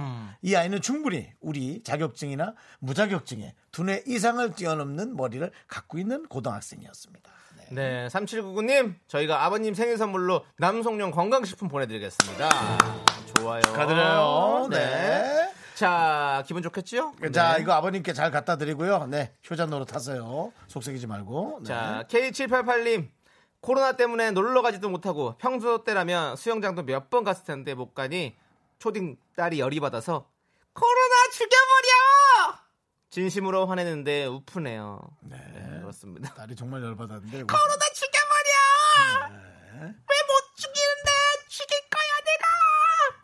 Speaker 1: 이 아이는 충분히 우리 자격증이나 무자격증에 두뇌 이상을 뛰어넘는 머리를 갖고 있는 고등학생이었습니다. 네.
Speaker 2: 네, 3799님, 저희가 아버님 생일 선물로 남송령 건강식품 보내드리겠습니다. 좋아요.
Speaker 1: 축하드려요. 네. 그,
Speaker 2: 자, 기분 좋겠지요?
Speaker 1: 자,
Speaker 2: 네.
Speaker 1: 이거 아버님께 잘 갖다 드리고요. 네, 효자 노릇 하세요. 속색이지 말고. 네.
Speaker 2: 자, K788님, 코로나 때문에 놀러 가지도 못하고 평소 때라면 수영장도 몇 번 갔을 텐데 못 가니 초딩 딸이 열이 받아서 코로나 죽여버려! 진심으로 화내는데 우프네요. 네, 그렇습니다.
Speaker 1: 딸이 정말 열받았는데. 우리-
Speaker 2: 코로나 죽여버려!
Speaker 1: 네.
Speaker 2: 왜 못 죽이는데 죽일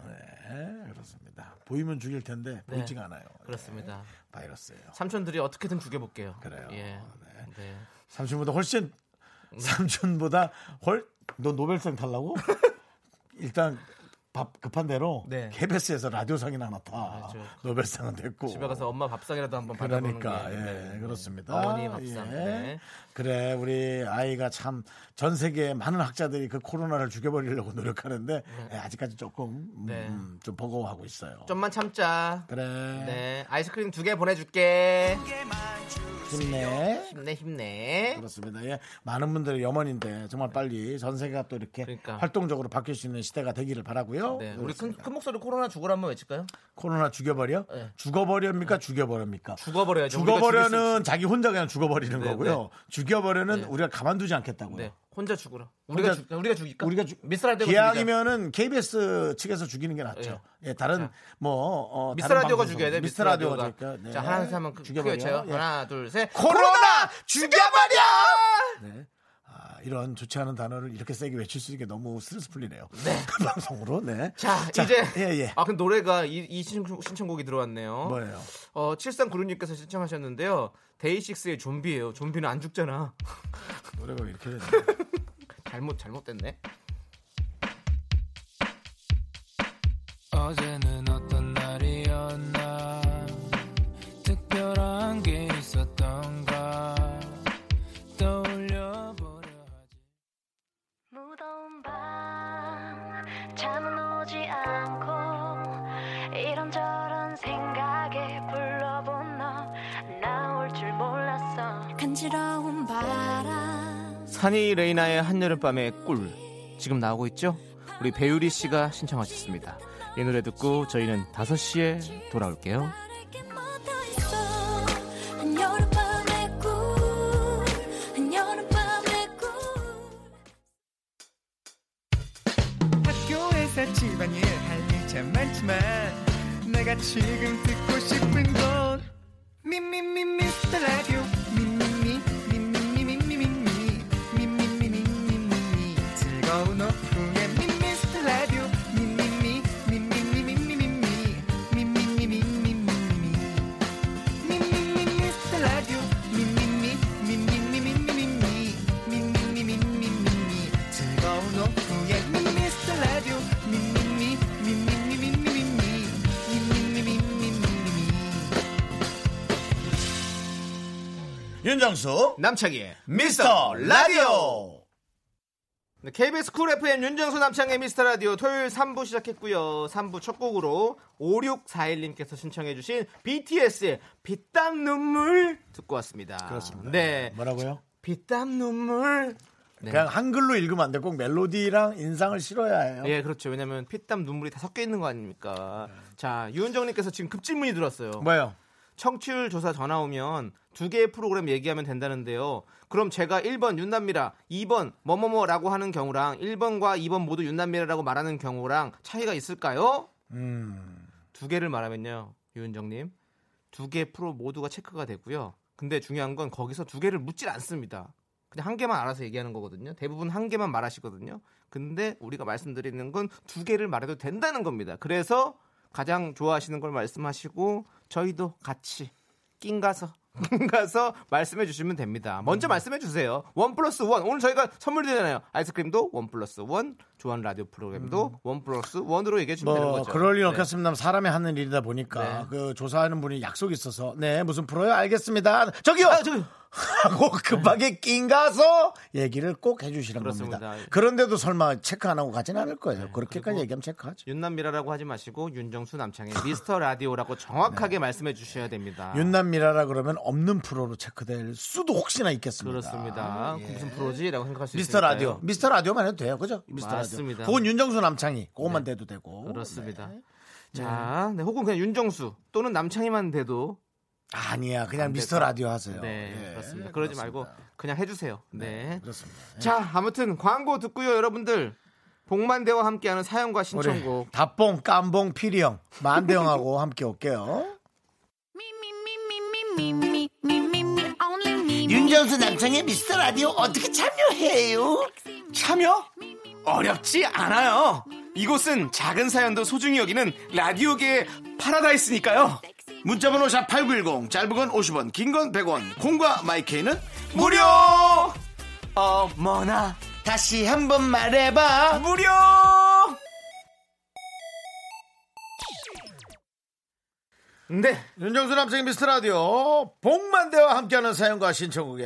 Speaker 2: 거야 내가!
Speaker 1: 네, 그렇습니다. 보이면 죽일 텐데 보이지가 않아요.
Speaker 2: 그렇습니다.
Speaker 1: 네, 바이러스예요.
Speaker 2: 삼촌들이 어떻게든 죽여볼게요.
Speaker 1: 그래요.
Speaker 2: 예.
Speaker 1: 네.
Speaker 2: 네.
Speaker 1: 삼촌보다 훨씬
Speaker 2: 음.
Speaker 1: 삼촌보다 훨너 노벨상
Speaker 2: <laughs>
Speaker 1: 탈라고? 일단 밥 급한 대로
Speaker 2: 네.
Speaker 1: KBS에서 라디오상이나 하나 타.
Speaker 2: 그렇죠.
Speaker 1: 노벨상은 됐고.
Speaker 2: 집에 가서 엄마 밥상이라도 한번 받아보는
Speaker 1: 그러니까
Speaker 2: 게.
Speaker 1: 예
Speaker 2: 네.
Speaker 1: 그렇습니다.
Speaker 2: 어머니 밥상.
Speaker 1: 예.
Speaker 2: 네.
Speaker 1: 그래 우리 아이가 참 전 세계 많은 학자들이 그 코로나를 죽여버리려고 노력하는데 예, 아직까지 조금 음,
Speaker 2: 네.
Speaker 1: 음, 좀 버거워하고 있어요.
Speaker 2: 좀만 참자.
Speaker 1: 그래
Speaker 2: 네. 아이스크림 두 개 보내줄게.
Speaker 1: 힘내.
Speaker 2: 힘내 힘내. 네,
Speaker 1: 그렇습니다. 예, 많은 분들이 염원인데 정말 빨리 전 세계가 또 이렇게
Speaker 2: 그러니까.
Speaker 1: 활동적으로 바뀔 수 있는 시대가 되기를 바라고요.
Speaker 2: 네. 우리 큰,
Speaker 1: 그렇습니다.
Speaker 2: 큰 목소리 코로나 죽으라 한번 외칠까요?
Speaker 1: 코로나 죽여버려?
Speaker 2: 네.
Speaker 1: 죽어버려입니까? 죽여버려입니까?
Speaker 2: 죽어버려야죠. 우리가 죽일
Speaker 1: 죽어버려는 자기 혼자 그냥 죽어버리는
Speaker 2: 네,
Speaker 1: 거고요. 죽여버려는
Speaker 2: 네.
Speaker 1: 우리가 가만두지 않겠다고요.
Speaker 2: 수- 네. 혼자 죽으라. 우리가
Speaker 1: 혼자-
Speaker 2: 죽 우리가 죽일까?
Speaker 1: 우리가 주-
Speaker 2: 미스라 되고
Speaker 1: 기왕이면은 KBS 측에서 죽이는 게 낫죠. 예, 다른 뭐 어,
Speaker 2: 네. 미스
Speaker 1: 다른
Speaker 2: 라디오가
Speaker 1: 방송에서.
Speaker 2: 죽여야 돼. 미스
Speaker 1: 미스터 라디오가
Speaker 2: 라디오가.
Speaker 1: 죽일까? 네.
Speaker 2: 자, 하나 둘 한번 크게
Speaker 1: 죽여버려.
Speaker 2: 외쳐요.
Speaker 1: 예.
Speaker 2: 하나 둘 셋.
Speaker 1: 코로나 죽여버려! 네. 아, 이런 좋지 않은 단어를 이렇게 세게 외칠 수 있는 게 너무 스트레스 풀리네요. <laughs> 방송으로. 네.
Speaker 2: 자, 이제
Speaker 1: 예, 예.
Speaker 2: 아, 그 노래가 이, 이 신청, 신청곡이 들어왔네요.
Speaker 1: 뭐예요?
Speaker 2: 어, 7396님께서 신청하셨는데요. 데이식스의 좀비예요. 좀비는 안 죽잖아.
Speaker 1: 그 노래가 왜 이렇게 되네.
Speaker 2: 잘못 잘못됐네.
Speaker 9: 어제는 어떤 날이었나 특별한 게 있었던가 떠올려보려 하지
Speaker 5: 무더운 밤 잠은 오지 않고 푸른 바람
Speaker 2: 산이 레이나의 한여름밤의 꿀 지금 나오고 있죠? 우리 배유리 씨가 신청하셨습니다. 이 노래 듣고 저희는 5시에 돌아올게요.
Speaker 5: 바르게 묻어있어 한여름밤의 꿀 한여름밤의 꿀
Speaker 10: 학교에서 집안일 할 일 참 많지만 내가 지금 듣고 싶은 건 미미미 미스터 라디오 미미미 미미미 미미미 미미미 미미미 미미미 즐거운 오후에 미미스터 라디오 미미미 미미미 미미미 미미미 미미미 미미미
Speaker 1: 윤정수
Speaker 2: 남창희의
Speaker 1: 미스터 라디오
Speaker 2: 네, KBS 쿨 FM 윤정수 남창의 미스터 라디오 토요일 3부 시작했고요. 3부 첫 곡으로 5641님께서 신청해주신 BTS의 빛땀 눈물 듣고 왔습니다.
Speaker 1: 그렇습니다.
Speaker 2: 네.
Speaker 1: 뭐라고요?
Speaker 2: 빛땀 눈물. 네.
Speaker 1: 그냥 한글로 읽으면 안 돼. 꼭 멜로디랑 인상을 실어야 해요.
Speaker 2: 예, 그렇죠. 왜냐면 피땀 눈물이 다 섞여 있는 거 아닙니까? 자, 유은정 님께서 지금 급질문이 들었어요.
Speaker 1: 뭐요?
Speaker 2: 청취율 조사 전화 오면 두 개의 프로그램 얘기하면 된다는데요. 그럼 제가 1번 윤남미라, 2번 뭐뭐뭐라고 하는 경우랑 1번과 2번 모두 윤남미라라고 말하는 경우랑 차이가 있을까요?
Speaker 1: 음.
Speaker 2: 두 개를 말하면요. 유은정 님. 두 개 프로 모두가 체크가 되고요. 근데 중요한 건 거기서 두 개를 묻질 않습니다. 그냥 한 개만 알아서 얘기하는 거거든요. 대부분 한 개만 말하시거든요. 근데 우리가 말씀드리는 건 두 개를 말해도 된다는 겁니다. 그래서 가장 좋아하시는 걸 말씀하시고 저희도 같이 낑가서 <laughs> 낑가서 말씀해 주시면 됩니다.
Speaker 1: 음.
Speaker 2: 먼저 말씀해 주세요. 원 플러스 원 오늘 저희가 선물 드리잖아요. 아이스크림도 원 플러스 원 좋아하는 라디오 프로그램도 원 플러스 원으로 얘기해 주면 되는
Speaker 1: 음. 뭐
Speaker 2: 거죠.
Speaker 1: 그럴 일
Speaker 2: 네.
Speaker 1: 없겠습니다만 사람이 하는 일이다 보니까 그 조사하는 분이 약속이 있어서 네 무슨 프로요? 알겠습니다. 저기요.
Speaker 2: 아, 저기 네.
Speaker 1: 하고 급하게 낑가서 얘기를 꼭 해주시는
Speaker 2: 그렇습니다. 네.
Speaker 1: 겁니다. 그런데도 설마 체크 안 하고 가진 않을 거예요. 그렇게까지
Speaker 2: 그리고
Speaker 1: 얘기하면 체크하죠.
Speaker 2: 윤남미라라고 하지 마시고 윤정수 남창의 미스터 라디오라고 정확하게
Speaker 4: 네.
Speaker 2: 말씀해 주셔야 됩니다.
Speaker 1: 윤남미라라 그러면 없는 프로로 체크될 수도 혹시나 있겠습니다.
Speaker 4: 아,
Speaker 2: 그렇습니다.
Speaker 1: 예.
Speaker 2: 무슨 프로지라고 생각할 수
Speaker 1: 미스터
Speaker 2: 있으니까요.
Speaker 1: 라디오. 미스터 라디오만 해도 돼요. 그죠? 미스터
Speaker 2: 맞습니다. 네.
Speaker 1: 라디오. 그건 윤정수 남창희. 그것만 돼도 되고.
Speaker 2: 그렇습니다.
Speaker 1: 네.
Speaker 2: 자, 네, 혹은 그냥 윤정수 또는 남창희만 돼도
Speaker 1: 아니야. 그냥
Speaker 2: 안
Speaker 1: 미스터
Speaker 2: 돼서.
Speaker 1: 라디오
Speaker 4: 어,
Speaker 1: 하세요.
Speaker 2: 네,
Speaker 1: 예,
Speaker 2: 그렇습니다. 그러지 말고
Speaker 1: 그렇습니다.
Speaker 2: 그냥 해주세요. 네.
Speaker 1: 그렇습니다.
Speaker 2: 자, 아무튼 광고 듣고요, 여러분들. 복만대와 함께하는 사연과 신청곡.
Speaker 1: 우리 다뽕, 깜봉, 피리형, 만대형하고 <laughs> 함께 올게요. 윤정수 남창의 미스터 라디오 어떻게 참여해요?
Speaker 4: 참여? 어렵지 않아요. 이곳은 작은 사연도 소중히 여기는 라디오계의 파라다이스니까요.
Speaker 1: 문자번호 샵8910 짧은 건 50원 긴 건 100원 콩과 마이케이는
Speaker 4: 무료! 어머나,
Speaker 1: 다시 한번 말해봐
Speaker 4: 무료!
Speaker 2: 네.
Speaker 1: 윤정수 남창의 미스터 라디오 복만대와 함께하는 사연과 신청곡에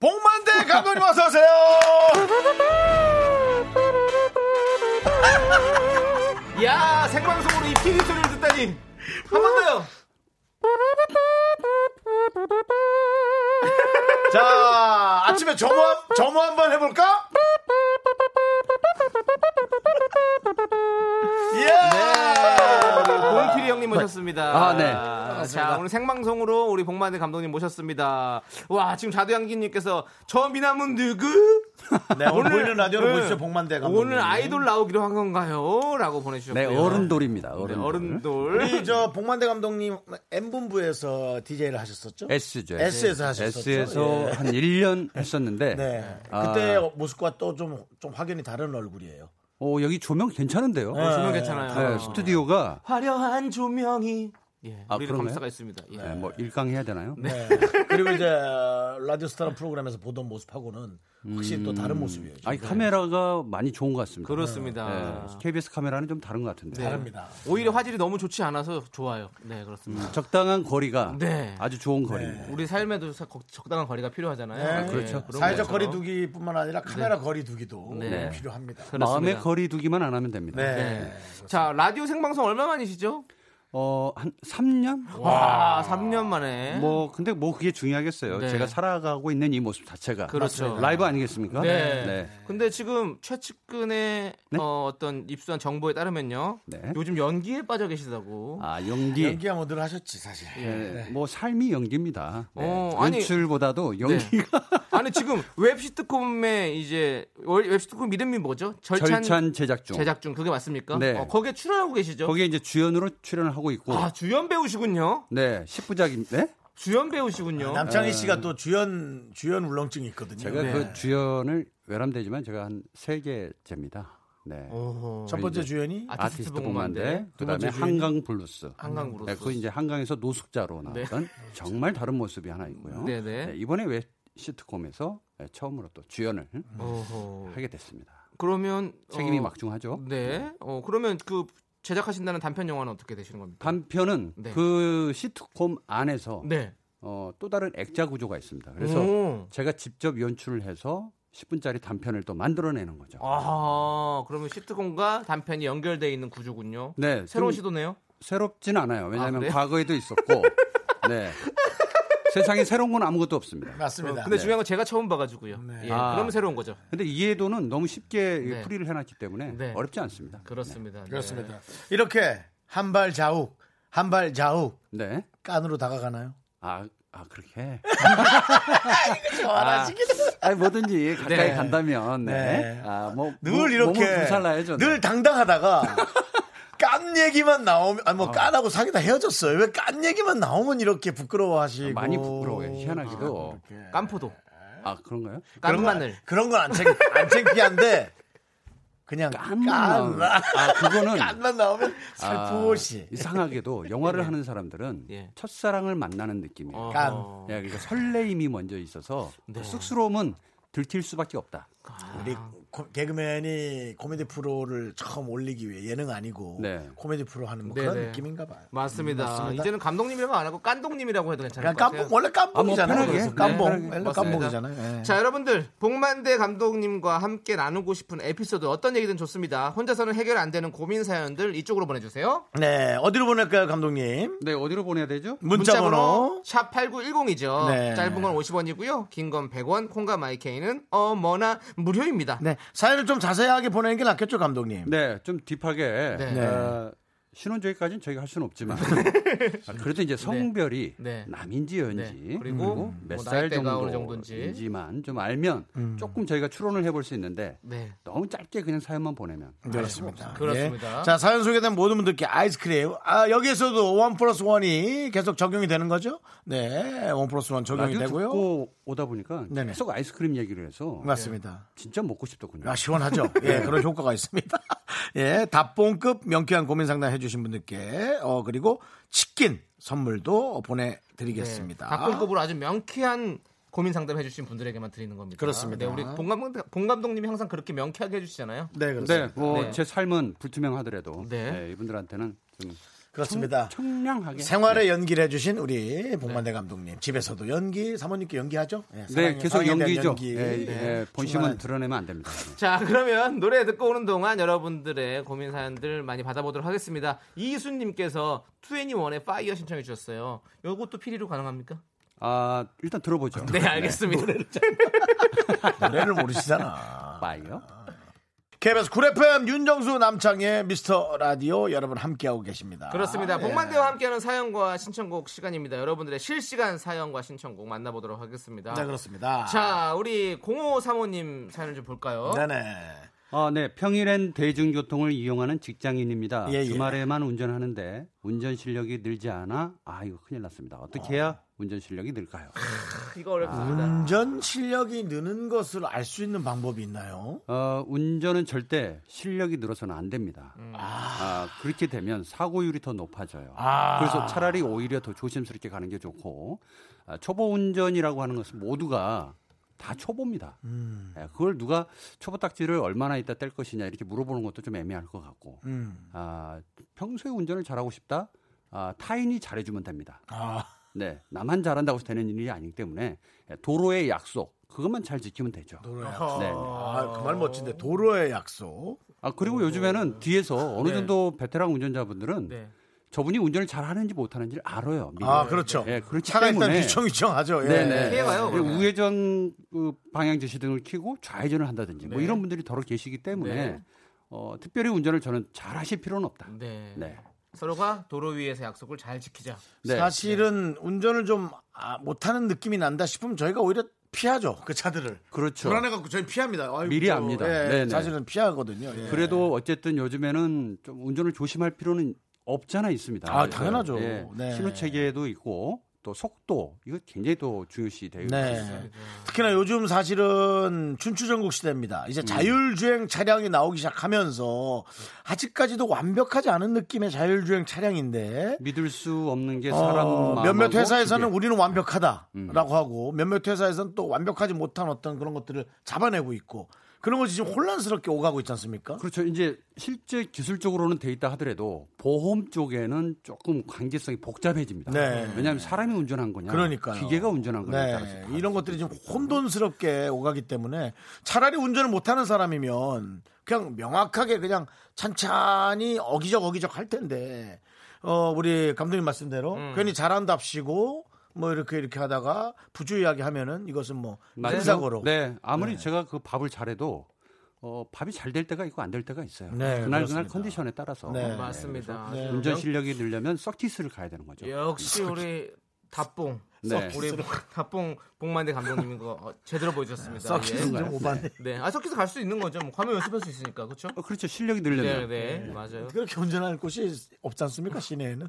Speaker 1: 복만대 감독님 어서 오세요
Speaker 2: 야, 생방송으로 이 피리 소리를 듣다니. 한 번 더요.
Speaker 1: 자 아침에 점호 한- 점호 한번 해볼까? 예!
Speaker 2: 우리 봉필이 형님 모셨습니다.
Speaker 11: 네. 아, 네.
Speaker 2: 자, 오늘 생방송으로 우리 복만대 감독님 모셨습니다. 와, 지금 자두양기님께서 저 미남은 누구?
Speaker 1: 네, 오늘 보이는 라디오로
Speaker 2: 네.
Speaker 1: 보시죠 복만대 감독님
Speaker 2: 오늘 아이돌 나오기로 한 건가요? 라고 보내주셨고요. 네,
Speaker 11: 네, 어른돌입니다. 네. 어른돌.
Speaker 1: 우리
Speaker 2: 어른돌.
Speaker 1: 저 복만대 감독님 M본부에서 DJ를 하셨었죠?
Speaker 11: S죠.
Speaker 1: S에서 하셨었죠?
Speaker 11: S에서
Speaker 1: 예.
Speaker 11: 한 1년 했었는데
Speaker 1: 네.
Speaker 11: 아.
Speaker 1: 그때 모습과 또 좀 좀 확연히 다른 얼굴이에요.
Speaker 11: 어, 여기 조명 괜찮은데요?
Speaker 2: 조명 괜찮아요.
Speaker 11: 네, 스튜디오가
Speaker 2: 화려한 조명이. 예,
Speaker 11: 아,
Speaker 2: 우리
Speaker 11: 그러네.
Speaker 2: 감사가 있습니다. 예.
Speaker 11: 네, 뭐 일강해야 되나요? <laughs>
Speaker 1: 네. 그리고 이제 라디오스타라 프로그램에서 보던 모습하고는 확실히 또 다른 모습이에요.
Speaker 11: 아니 카메라가 많이 좋은 것 같습니다.
Speaker 2: 그렇습니다.
Speaker 11: 네, KBS 카메라는 좀 다른 것 같은데.
Speaker 2: 네.
Speaker 1: 다릅니다.
Speaker 2: 오히려 화질이 너무 좋지 않아서 좋아요. 네, 그렇습니다.
Speaker 11: 적당한 거리가
Speaker 2: 네.
Speaker 11: 음. 아주 좋은 거리입니다.
Speaker 2: 우리 삶에도 사- 거- 적당한 거리가 필요하잖아요.
Speaker 1: 네.
Speaker 2: 예,
Speaker 11: 그렇죠.
Speaker 2: 그런
Speaker 1: 사회적
Speaker 2: 거에서.
Speaker 1: 거리 두기뿐만 아니라 카메라 거리 두기도
Speaker 2: 네.
Speaker 11: 그렇죠.
Speaker 1: 필요합니다.
Speaker 2: 그렇습니다.
Speaker 11: 마음의 거리 두기만 안 하면 됩니다.
Speaker 1: 네.
Speaker 2: 네. 자, 라디오 생방송 얼마 만이시죠?
Speaker 11: 어, 한 3년?
Speaker 2: 와, 3년 만에.
Speaker 11: 뭐 근데 뭐 그게 중요하겠어요.
Speaker 2: 네.
Speaker 11: 제가 살아가고 있는 이 모습 자체가
Speaker 2: 그렇죠.
Speaker 11: 맞습니다. 라이브 아니겠습니까?
Speaker 2: 네. 근데 지금 최측근의
Speaker 11: 네.
Speaker 2: 어, 떤 입수한 정보에 따르면요. 요즘 연기에 빠져 계시다고.
Speaker 11: 아 연기.
Speaker 1: 연기야 뭐늘 하셨지 사실.
Speaker 11: 예, 뭐 삶이 연기입니다. 네.
Speaker 2: 네. 어, 아니- 네.
Speaker 11: 연출보다도 연기가 <laughs>
Speaker 2: 아니 지금 웹 시트콤의 이제 월- 웹 시트콤 이름이 뭐죠? 절찬,
Speaker 11: 절찬 제작 중.
Speaker 2: 제작 중 그게 맞습니까?
Speaker 11: 네.
Speaker 2: 어, 거기에 출연하고 계시죠?
Speaker 11: 거기에 뭐. 이제 주연으로 출연을 하고 있고.
Speaker 2: 아 주연 배우시군요.
Speaker 11: 네, 10부작인데
Speaker 2: 주연
Speaker 1: 아,
Speaker 2: 배우시군요.
Speaker 11: 남창희 씨가
Speaker 1: 또 주연 주연 울렁증이 있거든요.
Speaker 11: 네. 제가
Speaker 1: 네.
Speaker 11: 그 주연을 외람되지만 제가 한 세 개째입니다. 네.
Speaker 2: 어.
Speaker 1: 첫 번째
Speaker 11: 이제
Speaker 1: 주연이
Speaker 11: 아티스트,
Speaker 1: 아티스트 봉만대,
Speaker 11: 봉만대,
Speaker 1: 두
Speaker 11: 그다음에
Speaker 1: 번째 주연이
Speaker 11: 한강 블루스.
Speaker 1: 한강 블루스.
Speaker 11: 네, 그 이제 한강에서 노숙자로 나왔던 정말 다른 모습이 하나 있고요.
Speaker 2: 네네.
Speaker 11: 네, 이번에 웹 시트콤에서 네, 처음으로 또 주연을
Speaker 2: 어허.
Speaker 11: 하게 됐습니다.
Speaker 2: 그러면
Speaker 11: 책임이
Speaker 2: 어,
Speaker 11: 막중하죠.
Speaker 2: 네. 어 그러면 그 제작하신다는 단편 영화는 어떻게 되시는 겁니까?
Speaker 11: 단편은
Speaker 2: 네.
Speaker 11: 그 시트콤 안에서
Speaker 2: 네. 음.
Speaker 11: 어, 또 다른 액자 구조가 있습니다. 그래서
Speaker 2: 오.
Speaker 11: 제가 직접 연출을 해서 10분짜리 단편을 또 만들어내는 거죠.
Speaker 2: 아 그러면 시트콤과 단편이 연결돼 있는 구조군요.
Speaker 11: 네,
Speaker 2: 새로운
Speaker 11: 좀-
Speaker 2: 시도네요.
Speaker 11: 새롭진 않아요. 왜냐하면
Speaker 2: 그래요?
Speaker 11: 과거에도 있었고, 네. 세상에 새로운 건 아무것도 없습니다.
Speaker 1: 맞습니다.
Speaker 2: 근데
Speaker 11: 네.
Speaker 2: 중요한 건 제가 처음 봐가지고요. 예,
Speaker 11: 아.
Speaker 2: 그러면 새로운 거죠.
Speaker 11: 근데 이해도는 너무 쉽게
Speaker 2: 네.
Speaker 11: 풀이를 해놨기 때문에
Speaker 2: 네.
Speaker 11: 어렵지 않습니다.
Speaker 2: 그렇습니다.
Speaker 1: 그렇습니다. 네. 이렇게 한 발 좌욱, 한 발 좌욱
Speaker 11: 네.
Speaker 1: 깐으로 다가가나요?
Speaker 11: 아, 아 그렇게.
Speaker 1: 아,
Speaker 11: 아니, 뭐든지 가까이
Speaker 1: 네.
Speaker 11: 간다면, 네.
Speaker 1: 네.
Speaker 11: 아, 뭐,
Speaker 1: 늘
Speaker 11: 몸-
Speaker 1: 이렇게
Speaker 11: 몸을 불살라야죠. 네.
Speaker 1: 늘
Speaker 11: <laughs>
Speaker 1: 당당하다가 깐 얘기만 나오면 아뭐 깐하고 사귀다 헤어졌어요. 왜 깐 얘기만 나오면 이렇게 부끄러워하시고
Speaker 11: 아, 많이 부끄러워요. 희한하기도.
Speaker 2: 깐포도.
Speaker 11: 아, 그런가요?
Speaker 1: 그런 거- 그런 건 안 창피한데 그냥
Speaker 11: 나오면-
Speaker 1: 깐만
Speaker 11: 아, 그거는-
Speaker 1: <laughs> 깐만 나오면
Speaker 11: 아,
Speaker 1: 살포시 네.
Speaker 11: 이상하게도 영화를 하는 사람들은 첫사랑을 만나는 느낌이에요.
Speaker 1: 깐.
Speaker 2: 어,
Speaker 11: 예, 그러니까 설레임이 먼저 있어서 쑥스러움은 들킬 수밖에 없다.
Speaker 1: 우리 고- 개그맨이 코미디 프로를 처음 올리기 위해 예능 아니고
Speaker 11: 네.
Speaker 1: 코미디 프로 하는 뭐
Speaker 2: 네네.
Speaker 1: 그런 느낌인가 봐요.
Speaker 2: 맞습니다.
Speaker 1: 음, 맞습니다.
Speaker 2: 이제는 감독님이라고 안 하고 깐동님이라고 해도 괜찮을
Speaker 1: 그냥
Speaker 2: 것 같아요.
Speaker 1: 깐봉 원래 깐봉이잖아요.
Speaker 11: 아, 뭐 편하게.
Speaker 1: 그래서 깐봉
Speaker 11: 네,
Speaker 1: 원래
Speaker 11: 맞습니다.
Speaker 1: 깐봉이잖아요. 예.
Speaker 2: 자 여러분들 복만대 감독님과 함께 나누고 싶은 에피소드 어떤 얘기든 좋습니다. 혼자서는 해결 안 되는 고민 사연들 이쪽으로 보내주세요.
Speaker 1: 네, 어디로 보낼까요, 감독님?
Speaker 11: 네, 어디로 보내야 되죠?
Speaker 1: 문자번호.
Speaker 2: 샵 8910이죠.
Speaker 1: 네.
Speaker 2: 짧은 건 50원이고요. 긴 건 100원. 콩과 마이케이는 어머나 무료입니다.
Speaker 1: 네, 사연을 좀 자세하게 보내는 게 낫겠죠, 감독님?
Speaker 11: 네, 좀 딥하게.
Speaker 2: 네.
Speaker 1: 네.
Speaker 11: 어, 신혼조회까지는 저희가 할 수는 없지만 아, 그래도 이제 성별이
Speaker 2: 네.
Speaker 11: 남인지 여인지 음.
Speaker 2: 네. 그리고 뭐
Speaker 11: 몇 살
Speaker 2: 나이대가
Speaker 11: 정도
Speaker 2: 어느 정도인지만
Speaker 11: 인지만 좀 알면 조금 저희가 추론을 해볼 수 있는데
Speaker 2: 네.
Speaker 11: 너무 짧게 그냥 사연만 보내면
Speaker 1: 네. 그렇습니다.
Speaker 2: 그렇습니다.
Speaker 1: 예. 자, 사연 소개된 모든 분들께 아이스크림. 아, 여기에서도 원 플러스 원이 계속 적용이 되는 거죠? 네, 원 플러스 원 적용이
Speaker 11: 라디오
Speaker 1: 되고요.
Speaker 11: 듣고 오다 보니까
Speaker 1: 네네.
Speaker 11: 계속 아이스크림 얘기를 해서
Speaker 1: 맞습니다.
Speaker 11: 진짜 먹고 싶더군요.
Speaker 1: 아, 시원하죠? 예, 그런 효과가 있습니다. <laughs> 예, 답봉급 명쾌한 고민 상담 해주신 분들께, 어, 그리고 치킨 선물도
Speaker 2: 네,
Speaker 1: 보내드리겠습니다.
Speaker 2: 각본급으로 아주 명쾌한 고민 상담 해주신 분들에게만 드리는 겁니다.
Speaker 1: 그렇습니다.
Speaker 2: 네, 우리 봉 감독 봉 감독님이 항상 그렇게 명쾌하게 해주시잖아요.
Speaker 1: 네,
Speaker 11: 네,
Speaker 1: 그렇습니다.
Speaker 11: 뭐
Speaker 2: 네.
Speaker 11: 제 삶은 불투명하더라도
Speaker 2: 네.
Speaker 11: 네, 이분들한테는 좀
Speaker 1: 그렇습니다.
Speaker 11: 청, 량하게
Speaker 1: 생활에 연기를 해주신 우리 봉만대 감독님 집에서도 연기 사모님께 연기하죠? 예,
Speaker 11: 네,
Speaker 1: 사랑에-
Speaker 11: 계속
Speaker 1: 사랑에 대한
Speaker 11: 연기죠.
Speaker 1: 연기. 네.
Speaker 11: 예, 예, 본심은
Speaker 1: 충만한-
Speaker 11: 드러내면 안 됩니다.
Speaker 2: 자 그러면 노래 듣고 오는 동안 여러분들의 고민 사연들 많이 받아보도록 하겠습니다. 이수님께서 2NE1의 파이어 신청해 주셨어요. 요것도 피리로 가능합니까?
Speaker 11: 아, 일단 들어보죠.
Speaker 2: 네 알겠습니다. <laughs>
Speaker 1: 노래를 모르시잖아.
Speaker 11: 빠이요.
Speaker 1: KBS 쿨 FM 윤정수 남창의 미스터 라디오 여러분 함께하고 계십니다.
Speaker 2: 그렇습니다.
Speaker 1: 예.
Speaker 2: 복만대와 함께하는 사연과 신청곡 시간입니다. 여러분들의 실시간 사연과 신청곡 만나보도록 하겠습니다.
Speaker 1: 네, 그렇습니다.
Speaker 2: 자 우리 0535님 사연을 좀 볼까요?
Speaker 1: 네네.
Speaker 11: 아, 네. 평일엔 대중교통을 이용하는 직장인입니다.
Speaker 1: 예, 예.
Speaker 11: 주말에만 운전하는데 운전 실력이 늘지 않아 아, 이거 큰일 났습니다. 어떻게
Speaker 2: 아.
Speaker 11: 해야 운전 실력이 늘까요?
Speaker 2: 이거 어렵습니다.
Speaker 1: 음. 운전 실력이 느는 것을 알 수 있는 방법이 있나요?
Speaker 11: 어, 운전은 절대 실력이 늘어서는 안 됩니다.
Speaker 2: 음.
Speaker 11: 아, 그렇게 되면 사고율이 더 높아져요. 그래서 차라리 오히려 더 조심스럽게 가는 게 좋고 아, 초보 운전이라고 하는 것은 모두가 다 초보입니다.
Speaker 1: 음.
Speaker 11: 예, 그걸 누가 초보 딱지를 얼마나 있다 뗄 것이냐 이렇게 물어보는 것도 좀 애매할 것 같고
Speaker 1: 음.
Speaker 11: 아, 평소에 운전을 잘하고 싶다. 아, 타인이 잘해주면 됩니다.
Speaker 1: 아,
Speaker 11: 네, 나만 잘한다고 해서 되는 일이 아니기 때문에 예, 도로의 약속 그것만 잘 지키면 되죠.
Speaker 1: 도로의
Speaker 11: 약속. 네.
Speaker 1: 그 말 멋진데 도로의 약속. 네.
Speaker 2: 네.
Speaker 11: 아 그리고 요즘에는 뒤에서 어느 정도 베테랑 운전자분들은 저분이 운전을 잘 하는지 못하는지를 알아요. 미리.
Speaker 1: 아, 그렇죠.
Speaker 11: 예, 그렇기
Speaker 1: 차가 일단
Speaker 11: 때문에
Speaker 1: 휘청휘청하죠. 예.
Speaker 11: 네네.
Speaker 1: 피해 가요, 그러면.
Speaker 11: 우회전 그 방향 지시등을 켜고 좌회전을 한다든지
Speaker 1: 네.
Speaker 11: 뭐 이런 분들이 더러 계시기 때문에
Speaker 2: 네.
Speaker 11: 어, 특별히 운전을 저는 잘 하실 필요는 없다.
Speaker 1: 음.
Speaker 2: 네.
Speaker 11: 네.
Speaker 2: 서로가 도로 위에서 약속을 잘 지키자.
Speaker 1: 사실은 운전을 좀 아, 못하는 느낌이 난다 싶으면 저희가 오히려 피하죠 그 차들을
Speaker 11: 그렇죠.
Speaker 1: 불안해갖고 저희 피합니다 아이고,
Speaker 11: 미리
Speaker 1: 저,
Speaker 11: 압니다.
Speaker 1: 예,
Speaker 11: 네네.
Speaker 1: 사실은 피하거든요 예.
Speaker 11: 그래도 어쨌든 요즘에는 좀 운전을 조심할 필요는 없잖아 있습니다.
Speaker 1: 아,
Speaker 11: 그래서,
Speaker 1: 당연하죠.
Speaker 11: 예,
Speaker 1: 네.
Speaker 11: 신호 체계도 있고 또 속도 이거 굉장히 또 중요시 되고 있어요.
Speaker 1: 네. 특히나 요즘 사실은 춘추전국 시대입니다.
Speaker 11: 음.
Speaker 1: 이제 자율주행 차량이 나오기 시작하면서 아직까지도 완벽하지 않은 느낌의 자율주행 차량인데
Speaker 11: 믿을 수 없는 게 사람
Speaker 1: 어,
Speaker 11: 마음하고 음.
Speaker 1: 몇몇 회사에서는
Speaker 11: 기계.
Speaker 1: 우리는 완벽하다라고 하고 몇몇 회사에서는 또 완벽하지 못한 어떤 그런 것들을 잡아내고 있고 그런 것이 지금 혼란스럽게 오가고 있지 않습니까?
Speaker 11: 그렇죠. 이제 실제 기술적으로는 돼 있다 하더라도 보험 쪽에는 조금 관계성이 복잡해집니다.
Speaker 1: 네.
Speaker 11: 왜냐하면 사람이 운전한 거냐,
Speaker 1: 그러니까요.
Speaker 11: 기계가 운전한 거냐에
Speaker 1: 네,
Speaker 11: 따라서
Speaker 1: 이런 것들이 좀 혼돈스럽게 오가기 때문에 차라리 운전을 못하는 사람이면 그냥 명확하게 그냥 찬찬히 어기적 어기적 할 텐데 어 우리 감독님 말씀대로 괜히 잘한답시고 뭐 이렇게 이렇게 하다가 부주의하게 하면은 이것은 뭐
Speaker 11: 맞아요.
Speaker 1: 큰 사고로
Speaker 11: 네, 아무리
Speaker 1: 네.
Speaker 11: 제가 그 밥을 잘해도 어, 밥이 잘 될 때가 있고 안 될 때가 있어요.
Speaker 1: 네,
Speaker 11: 그날 그날
Speaker 1: 그렇습니다.
Speaker 11: 컨디션에 따라서
Speaker 1: 네.
Speaker 2: 맞습니다.
Speaker 11: 그래서
Speaker 2: 네.
Speaker 11: 운전
Speaker 2: 영-
Speaker 11: 실력이 늘려면 서티스를 가야 되는 거죠.
Speaker 2: 역시 우리 답봉.
Speaker 11: 네.
Speaker 2: 우리 뭐 <laughs> 답봉 복만대 감독님인 거 어, 제대로 보여주셨습니다. 예.
Speaker 11: 섞이는 거야.
Speaker 1: 오반데.
Speaker 2: 네, 아 섞여서 갈 수 있는 거죠. 뭐 화면 연습할 수 있으니까 그렇죠.
Speaker 11: 어, 그렇죠. 실력이
Speaker 2: 네,
Speaker 11: 늘려면
Speaker 2: 네, 맞아요.
Speaker 1: 그렇게 운전할 곳이 없지 않습니까 시내에는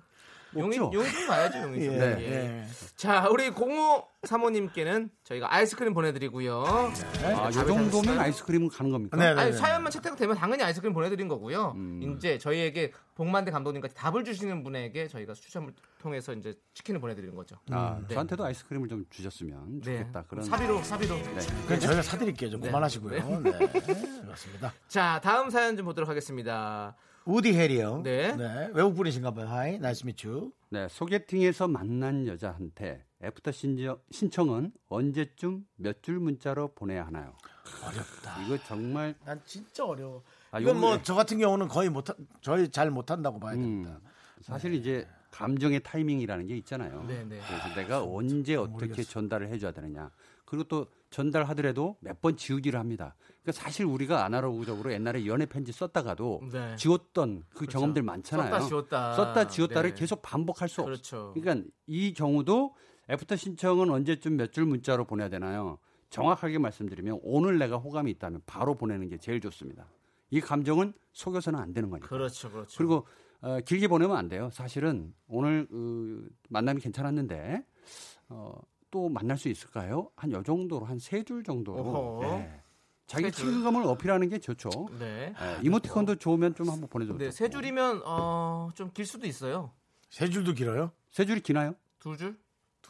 Speaker 2: 용인 용인 좀 가야죠.
Speaker 11: 네.
Speaker 2: 용인 좀.
Speaker 1: 예,
Speaker 2: 예.
Speaker 1: 예.
Speaker 2: 자, 우리 05 사모님께는 저희가 아이스크림 보내드리고요.
Speaker 11: 아,
Speaker 2: 네.
Speaker 11: 이 정도면 아이스크림 가는 겁니까?
Speaker 1: 네,
Speaker 2: 아니, 사연만 채택되면 당연히 아이스크림 보내드린 거고요.
Speaker 11: 음.
Speaker 2: 이제 저희에게 복만대 감독님까지 답을 주시는 분에게 저희가 추첨을 통해서 이제 치킨을 보내드리는 거죠.
Speaker 11: 아,
Speaker 2: 네.
Speaker 11: 저한테도 아이스크림을 좀 주셨으면 네. 좋겠다. 그런
Speaker 2: 사비로 사비로.
Speaker 1: 그럼 저희가 사드릴게요 좀
Speaker 2: 네.
Speaker 1: 그만하시고요 네. 그렇습니다
Speaker 2: 자, 다음 사연 좀 보도록 하겠습니다.
Speaker 1: 우디 해리요
Speaker 2: 네.
Speaker 1: 외국 분이신가 봐요 하이 나이스 미츄
Speaker 11: 네, 소개팅에서 만난 여자한테 애프터 신청, 신청은 언제쯤 몇 줄 문자로 보내야 하나요? 어렵다. 이거 정말
Speaker 1: 난 진짜 어려워.
Speaker 11: 아,
Speaker 1: 이건 뭐
Speaker 11: 요게-
Speaker 1: 저 같은 경우는 거의 못 저희 잘 못한다고 봐야 됩니다.
Speaker 11: 음, 사실 이제 감정의 타이밍이라는 게 있잖아요.
Speaker 2: 네, 네.
Speaker 11: 그래서 내가 언제 어떻게 전달을 해줘야 되느냐. 그리고 또 전달하더라도 몇 번 지우기를 합니다. 그러니까 사실 우리가 아날로그적으로 옛날에 연애 편지 썼다가도
Speaker 2: 네.
Speaker 11: 지웠던 그 경험들 많잖아요.
Speaker 2: 썼다 지웠다.
Speaker 11: 썼다 지웠다를
Speaker 2: 네.
Speaker 11: 계속 반복할 수
Speaker 2: 그렇죠.
Speaker 11: 없어. 그러니까 이 경우도 애프터 신청은 언제쯤 몇 줄 문자로 보내야 되나요? 정확하게 말씀드리면 오늘 내가 호감이 있다면 바로 보내는 게 제일 좋습니다. 이 감정은 속여서는 안 되는 거니까.
Speaker 2: 그렇죠, 그렇죠.
Speaker 11: 그리고 어, 길게 보내면 안 돼요. 사실은 오늘 그, 만남이 괜찮았는데 어, 또 만날 수 있을까요? 한 요 정도로 한 세 줄 정도로
Speaker 2: 어허.
Speaker 11: 예. 자기
Speaker 2: 세 줄.
Speaker 11: 친근감을 어필하는 게 좋죠.
Speaker 2: 네.
Speaker 11: 예, 이모티콘도 좋으면 좀 한번 보내줘.
Speaker 2: 네, 세 줄이면 어, 좀 길 수도 있어요.
Speaker 1: 세 줄도 길어요?
Speaker 11: 세 줄이 기나요?
Speaker 2: 두 줄?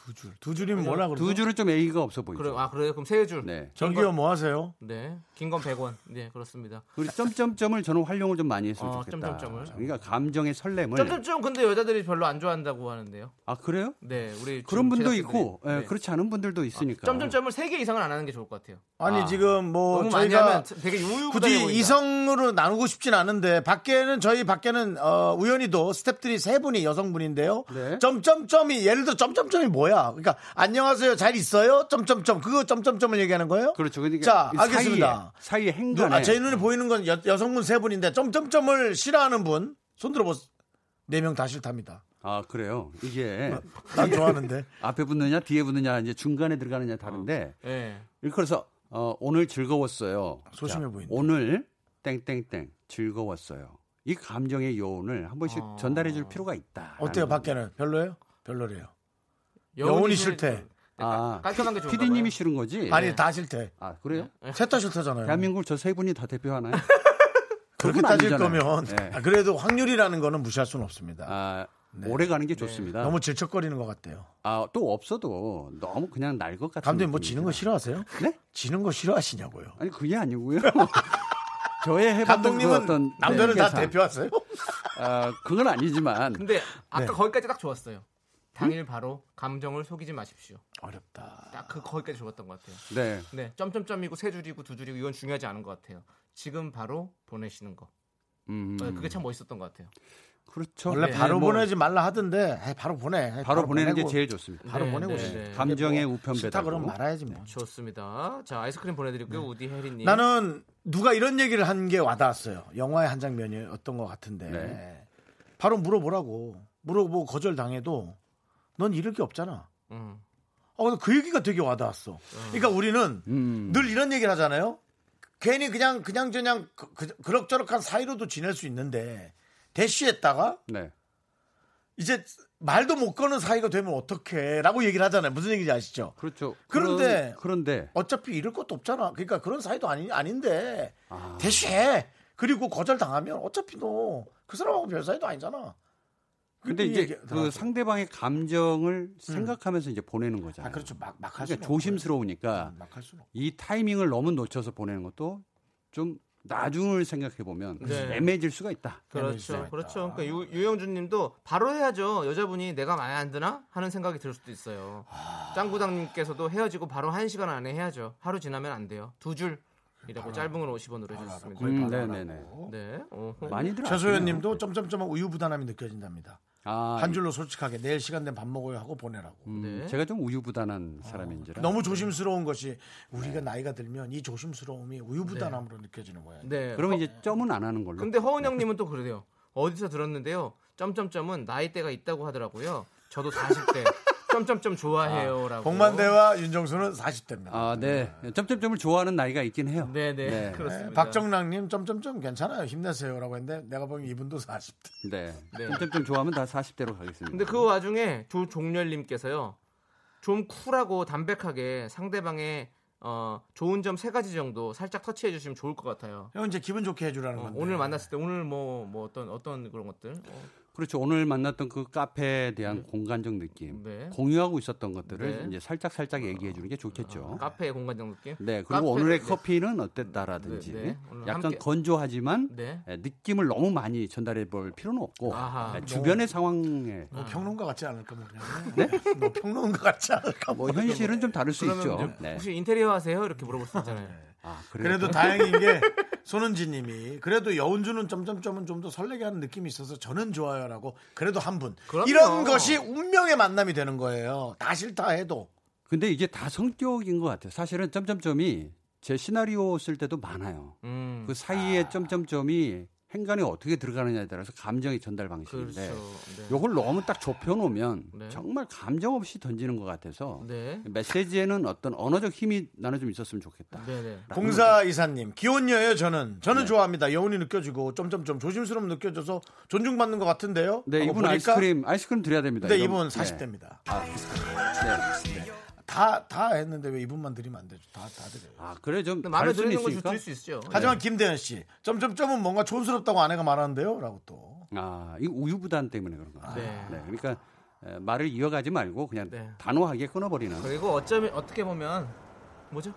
Speaker 1: 두 줄. 두 줄이면 뭐라 그러죠?
Speaker 11: 두 줄은 좀 애기가 없어 보이죠.
Speaker 2: 그래, 아 그래요? 그럼 세 줄.
Speaker 11: 뭐 네.
Speaker 1: 저기요 뭐 하세요?
Speaker 2: 네, 긴 건 100원. 네, 그렇습니다.
Speaker 11: 우리 점점점을 저는 활용을 좀 많이 했으면
Speaker 2: 어,
Speaker 11: 좋겠다.
Speaker 2: 점점점을.
Speaker 11: 그러니까 감정의 설렘을
Speaker 2: 점점점 근데 여자들이 별로 안 좋아한다고 하는데요.
Speaker 11: 아 그래요?
Speaker 2: 네, 우리
Speaker 11: 그런
Speaker 2: 지금
Speaker 11: 분도
Speaker 2: 제작진들이-
Speaker 11: 있고 예,
Speaker 2: 네. 아,
Speaker 11: 그렇지 않은 분들도 있으니까.
Speaker 2: 점점점을 세 개 이상은 안 하는 게 좋을 것 같아요.
Speaker 1: 아니
Speaker 11: 아.
Speaker 1: 지금 뭐
Speaker 2: 너무 많이
Speaker 1: 저희가
Speaker 2: 하면 되게 우유부단해
Speaker 1: 굳이
Speaker 2: 보인다.
Speaker 1: 이성으로 나누고 싶진 않은데 밖에는 저희 밖에는 어, 우연히도 스탭들이 세 분이 여성분인데요.
Speaker 11: 네.
Speaker 1: 점점점이 예를 들어 점점점이 뭐야? 그러니까 안녕하세요 잘 있어요? 점점점 그거 점점점을 얘기하는 거예요?
Speaker 11: 그렇죠. 그러니까
Speaker 1: 자
Speaker 11: 이 사이에,
Speaker 1: 알겠습니다.
Speaker 11: 사이에
Speaker 1: 누-
Speaker 11: 행간에
Speaker 1: 아, 제 눈에 보이는 건 여, 여성분 세 분인데 점점점을 싫어하는 분 손들어 보세요. 네 명 다 싫답니다.
Speaker 11: 아 그래요. 이게 예.
Speaker 1: 난 좋아하는데.
Speaker 11: 앞에 붙느냐 뒤에 붙느냐 이제 중간에 들어가느냐 다른데.
Speaker 2: 예.
Speaker 11: 그래서 어, 오늘 즐거웠어요.
Speaker 1: 소심해
Speaker 11: 자,
Speaker 1: 보인다.
Speaker 11: 오늘 땡땡땡 즐거웠어요. 이 감정의 여운을 한 번씩
Speaker 2: 아.
Speaker 11: 전달해줄 필요가 있다.
Speaker 1: 어때요 밖에는 별로예요? 별로래요.
Speaker 2: 여운이
Speaker 1: 여운이
Speaker 2: 싫-
Speaker 1: 싫대.
Speaker 11: 아,
Speaker 2: 네, 깔끔한 게 좋은가
Speaker 11: 피디님이
Speaker 2: 봐요.
Speaker 11: 싫은 거지.
Speaker 1: 아니 네. 다 싫대.
Speaker 11: 아 그래요?
Speaker 1: 셋다 싫다잖아요.
Speaker 11: 예. 대한민국 저 세 분이 다 대표하나요? 그건
Speaker 1: 그렇게 따질
Speaker 11: 아니잖아요.
Speaker 1: 거면
Speaker 11: 네.
Speaker 1: 아, 그래도 확률이라는 거는 무시할 수는 없습니다.
Speaker 11: 아, 오래 가는 게 좋습니다.
Speaker 1: 네. 너무 질척거리는 것 같대요.
Speaker 11: 아, 또 없어도 너무 그냥 날 것 같은
Speaker 1: 감독님 뭐
Speaker 11: 느낌이
Speaker 1: 지는 거
Speaker 11: 들어요.
Speaker 1: 싫어하세요?
Speaker 11: 네?
Speaker 1: 지는 거 싫어하시냐고요.
Speaker 11: 아니 그게 아니고요. <laughs> 저의 해봤던 그
Speaker 1: 감독님은
Speaker 11: 어떤
Speaker 1: 남자를 다
Speaker 11: 계산.
Speaker 1: 대표하세요?
Speaker 11: 아, 그건 아니지만
Speaker 2: 근데 아까
Speaker 1: 네.
Speaker 2: 거기까지 딱 좋았어요.
Speaker 11: 음?
Speaker 2: 당일 바로 감정을 속이지 마십시오.
Speaker 1: 어렵다.
Speaker 2: 딱 그 거기까지 좋았던 것 같아요.
Speaker 11: 네.
Speaker 2: 네, 점점점이고 세 줄이고 두 줄이고 이건 중요하지 않은 것 같아요. 지금 바로 보내시는 거.
Speaker 11: 음,
Speaker 2: 네, 그게 참 멋있었던 것 같아요.
Speaker 11: 그렇죠.
Speaker 1: 원래
Speaker 11: 네.
Speaker 1: 바로
Speaker 11: 뭐-
Speaker 1: 보내지 말라 하던데 에이, 바로 보내. 에이,
Speaker 11: 바로 보내는 게
Speaker 1: 보내고,
Speaker 11: 제일 좋습니다.
Speaker 1: 바로
Speaker 11: 네,
Speaker 1: 보내고
Speaker 11: 네,
Speaker 1: 싶-
Speaker 11: 네.
Speaker 1: 근데
Speaker 11: 감정의
Speaker 1: 뭐
Speaker 11: 우편
Speaker 1: 싫다
Speaker 11: 배달.
Speaker 1: 그러면 말아야지 뭐.
Speaker 2: 좋습니다. 자 아이스크림
Speaker 11: 네.
Speaker 2: 보내드릴게요 우디 혜리님.
Speaker 1: 나는 누가 이런 얘기를 한 게 와닿았어요. 영화의 한 장면이었던 것 같은데 바로 물어보라고 물어보고 거절 당해도 넌 잃을 게 없잖아.
Speaker 2: 음.
Speaker 1: 어, 근데 그 얘기가 되게 와닿았어. 그러니까 우리는
Speaker 11: 음.
Speaker 1: 늘 이런 얘기를 하잖아요. 괜히 그냥 그냥 저냥 그, 럭저럭한 사이로도 지낼 수 있는데 대쉬했다가
Speaker 11: 네.
Speaker 1: 이제 말도 못 거는 사이가 되면 어떡해라고 얘기를 하잖아요. 무슨 얘기인지 아시죠?
Speaker 11: 그렇죠.
Speaker 1: 그런데
Speaker 11: 그런, 데
Speaker 1: 어차피 잃을 것도 없잖아. 그러니까 그런 사이도 아니 아닌데 대쉬해. 그리고 거절 당하면 어차피 너 그 사람하고 별 사이도 아니잖아.
Speaker 11: 근데
Speaker 1: 이
Speaker 11: 이제
Speaker 1: 얘기- 음.
Speaker 11: 그 상대방의 감정을 생각하면서 이제 보내는 거잖아요.
Speaker 1: 아, 그렇죠. 막- 막할 수는
Speaker 11: 그러니까 조심스러우니까
Speaker 1: 막할 수는
Speaker 11: 이 타이밍을 너무 놓쳐서 보내는 것도 좀 나중을 생각해 보면
Speaker 2: 네.
Speaker 11: 애매해질 수가 있다. 아.
Speaker 2: 그렇죠, 그렇죠. 그러니까 유, 유영준님도 바로 해야죠. 여자분이 내가 마음에 안 드나 하는 생각이 들 수도 있어요.
Speaker 11: 아.
Speaker 2: 짱구당님께서도 헤어지고 바로 한 시간 안에 해야죠. 하루 지나면 안 돼요. 두
Speaker 11: 아.
Speaker 2: 줄이라고 짧은 건 50원으로 해주셨습니다.
Speaker 11: 음, 네네네.
Speaker 1: 뭐.
Speaker 2: 네. 어허.
Speaker 11: 많이들
Speaker 1: 최소연님도 점점점 우유부단함이 느껴진답니다.
Speaker 11: 아,
Speaker 1: 한 줄로 솔직하게 내일 시간 되면 밥 먹어요 하고 보내라고.
Speaker 11: 음,
Speaker 1: 네.
Speaker 11: 제가 좀 우유부단한 사람인지라.
Speaker 1: 너무 조심스러운 것이 우리가 나이가 들면 이 조심스러움이 우유부단함으로 느껴지는 거예요.
Speaker 2: 네.
Speaker 11: 그러면 네. 이제 점은 안 하는 걸로.
Speaker 2: 근데 허은영님은 또 그러대요. 어디서 들었는데요. 점점점은 나이대가 있다고 하더라고요. 저도
Speaker 11: <laughs>
Speaker 2: 40대. 점점점 좋아해요라고.
Speaker 1: 복만대와 윤정수는 40대입니다.
Speaker 11: 아, 네. 점점점을 좋아하는 나이가 있긴 해요.
Speaker 2: 네네.
Speaker 1: 네, 박정랑님 점점점 괜찮아요 힘내세요라고 했는데 내가 보면 이분도 40대.
Speaker 11: 네.
Speaker 2: 네.
Speaker 11: 점점점 좋아하면 다 40대로 가겠습니다.
Speaker 2: 근데 그 와중에 조종렬님께서요 좀 쿨하고 담백하게 상대방의 어, 좋은 점 세 가지 정도 살짝 터치해 주시면 좋을 것 같아요.
Speaker 1: 형 이제 기분 좋게 해주라는
Speaker 2: 어,
Speaker 11: 네.
Speaker 1: 건데.
Speaker 2: 오늘 만났을 때 오늘 뭐 뭐 어떤 어떤 그런 것들 어,
Speaker 11: 그렇죠. 오늘 만났던 그 카페에 대한 공간적 느낌,
Speaker 2: 네.
Speaker 11: 공유하고 있었던 것들을
Speaker 2: 네.
Speaker 11: 이제 살짝 살짝 얘기해 주는 게 좋겠죠.
Speaker 2: 카페의 공간적 느낌.
Speaker 11: 네. 그리고
Speaker 2: 카페-
Speaker 11: 오늘의
Speaker 2: 네.
Speaker 11: 커피는 어땠다라든지
Speaker 2: 네, 네. 오늘
Speaker 11: 약간
Speaker 2: 함께-
Speaker 11: 건조하지만
Speaker 2: 네.
Speaker 11: 예, 느낌을 너무 많이 전달해 볼 필요는 없고
Speaker 2: 아하.
Speaker 11: 예, 주변의 상황에
Speaker 1: 너뭐 평론가 같지 않을까 어. 뭐 모르겠네. 너 평론가 같지 않을까
Speaker 11: 뭐
Speaker 1: 모르겠네.
Speaker 11: 현실은 좀 다를 수
Speaker 2: 그러면
Speaker 11: 있죠.
Speaker 2: 이제
Speaker 11: 네.
Speaker 2: 혹시 인테리어 하세요? 이렇게 물어볼 수
Speaker 11: <laughs>
Speaker 2: 있잖아요.
Speaker 11: 아, 그래요?
Speaker 1: 그래도 다행인 게 손은지님이 그래도 여운주는 점점점은 좀 더 설레게 하는 느낌이 있어서 저는 좋아요라고 그래도 한 분.
Speaker 2: 그럼요.
Speaker 1: 이런 것이 운명의 만남이 되는 거예요. 다 싫다 해도
Speaker 11: 근데 이게 다 성격인 것 같아요. 사실은 점점점이 제 시나리오 쓸 때도 많아요.
Speaker 2: 음,
Speaker 11: 그 사이에 점점점이 행간이 어떻게 들어가느냐에 따라서 감정의 전달 방식인데
Speaker 2: 그렇죠. 네.
Speaker 11: 요걸 너무 딱 좁혀 놓으면
Speaker 2: 네.
Speaker 11: 정말 감정 없이 던지는 것 같아서
Speaker 2: 네.
Speaker 11: 메시지에는 어떤 언어적 힘이 나는 좀 있었으면 좋겠다.
Speaker 2: 네, 네.
Speaker 1: 음. 공사 이사님 기혼녀예요 저는 저는 좋아합니다. 여운이 느껴지고 점점점 조심스러움 느껴져서 존중받는 것 같은데요.
Speaker 11: 네,
Speaker 1: 하고
Speaker 11: 이분
Speaker 1: 보니까
Speaker 11: 아이스크림 아이스크림 드려야 됩니다.
Speaker 1: 근데
Speaker 11: 이건,
Speaker 1: 이분
Speaker 11: 네.
Speaker 1: 40대입니다.
Speaker 11: 아,
Speaker 2: 네,
Speaker 1: 다 다 했는데 왜 이분만 드리면 안 되죠? 다 다
Speaker 2: 네.
Speaker 1: 드려요.
Speaker 11: 아, 그래 좀
Speaker 2: 근데 마음에
Speaker 11: 다를 수는
Speaker 2: 드는 건
Speaker 11: 있으니까.
Speaker 2: 줄일 수 있죠.
Speaker 1: 하지만 김대현 씨 점점점은 뭔가 촌스럽다고 아내가 말하는데요라고 또
Speaker 11: 아, 이 우유부단 때문에 그런 거예요.
Speaker 2: 네.
Speaker 11: 그러니까 에, 말을 이어가지 말고 그냥
Speaker 2: 네.
Speaker 11: 단호하게 끊어버리는.
Speaker 2: 그리고 어쩌면 어떻게 보면 뭐죠?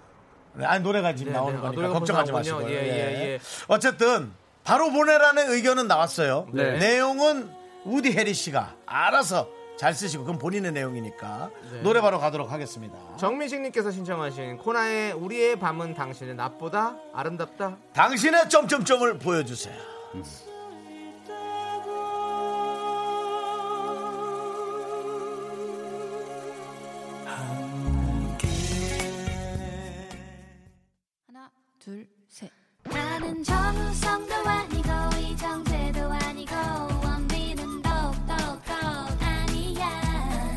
Speaker 1: 네, 아니 노래가 지금
Speaker 2: 네,
Speaker 1: 나오는
Speaker 2: 네. 아,
Speaker 1: 거니까
Speaker 2: 노래가
Speaker 1: 걱정하지
Speaker 2: 벌써
Speaker 1: 마시고요.
Speaker 2: 나오군요. 예, 예, 예.
Speaker 1: 어쨌든 바로 보내라는 의견은 나왔어요.
Speaker 11: 네.
Speaker 1: 내용은 우디 해리 씨가 알아서 잘 쓰시고 그건 본인의 내용이니까
Speaker 2: 네.
Speaker 1: 노래 바로 가도록 하겠습니다.
Speaker 2: 정민식님께서 신청하신 코나의 우리의 밤은 당신은 낮보다 아름답다.
Speaker 1: 당신의 점점점을 보여주세요.
Speaker 5: 하나 둘 셋. 나는 정우성도 아니고 이정재도 아니고 원빈은 더욱더 아니야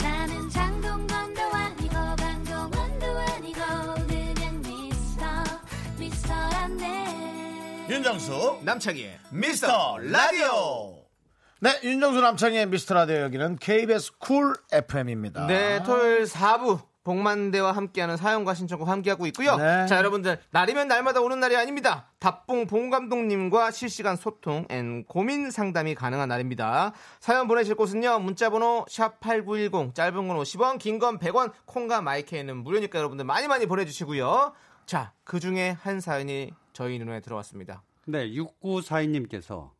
Speaker 5: 나는 장동건도 아니고 방종원도 아니고 그냥 미스터 미스터란데
Speaker 1: 윤정수
Speaker 2: 남창희의
Speaker 1: 미스터 라디오. 네, 윤정수 남창의 미스터 라디오 여기는 KBS 쿨 FM입니다.
Speaker 2: 네, 토요일 4부 복만대와 함께하는 사연과 신청곡 함께하고 있고요.
Speaker 1: 네.
Speaker 2: 자, 여러분들 날이면 날마다 오는 날이 아닙니다. 답봉 봉 감독님과 실시간 소통 앤 고민 상담이 가능한 날입니다. 사연 보내실 곳은요. 문자번호 샵 #8910 짧은 건 50원, 긴 건 100원, 콩과 마이케이는 무료니까 여러분들 많이 많이 보내주시고요. 자, 그 중에 한 사연이 저희 눈에 들어왔습니다.
Speaker 11: 네, 6942님께서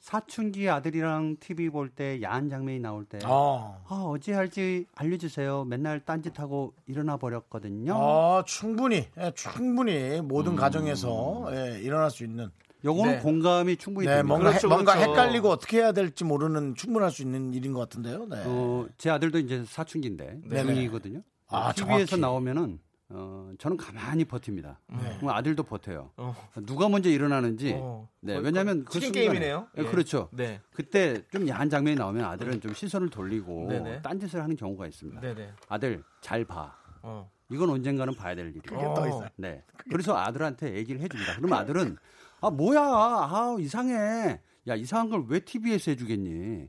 Speaker 11: 사춘기 아들이랑 TV 볼 때 야한 장면이 나올 때 아,
Speaker 1: 어.
Speaker 11: 어찌 할지 알려주세요. 맨날 딴짓하고 일어나 버렸거든요.
Speaker 1: 음. 아, 충분히, 예, 충분히 모든 가정에서 예, 일어날 수 있는
Speaker 11: 요거는
Speaker 1: 네.
Speaker 11: 공감이 충분히
Speaker 1: 네,
Speaker 11: 됩니다.
Speaker 1: 뭔가, 헷- 뭔가 헷갈리고 어떻게 해야 될지 모르는 충분할 수 있는 일인 것 같은데요. 네.
Speaker 11: 어, 제 아들도 이제 사춘기인데
Speaker 1: 네네.
Speaker 11: 중이거든요.
Speaker 1: 아,
Speaker 11: TV에서
Speaker 1: 정확히.
Speaker 11: 나오면은 어, 저는 가만히 버팁니다.
Speaker 1: 네.
Speaker 11: 그럼 아들도 버텨요.
Speaker 2: 음. 어.
Speaker 11: 누가 먼저 일어나는지.
Speaker 2: 어.
Speaker 11: 네,
Speaker 2: 거의
Speaker 11: 왜냐하면 그
Speaker 2: 치킨
Speaker 11: 순간에-
Speaker 2: 게임이네요.
Speaker 11: 예,
Speaker 2: 예.
Speaker 11: 그렇죠.
Speaker 2: 네.
Speaker 11: 그때 좀 야한 장면이 나오면 아들은 좀 시선을 돌리고
Speaker 2: 네네.
Speaker 11: 딴짓을 하는 경우가 있습니다.
Speaker 2: 네네.
Speaker 11: 아들 잘 봐.
Speaker 2: 어.
Speaker 11: 이건 언젠가는 봐야 될 일이에요.
Speaker 2: 그게 또 있어요.
Speaker 11: 네. 그래서 아들한테 얘기를 해줍니다. 그러면 아들은 아 뭐야, 아 이상해. 야 이상한 걸 왜 TV에서 해주겠니?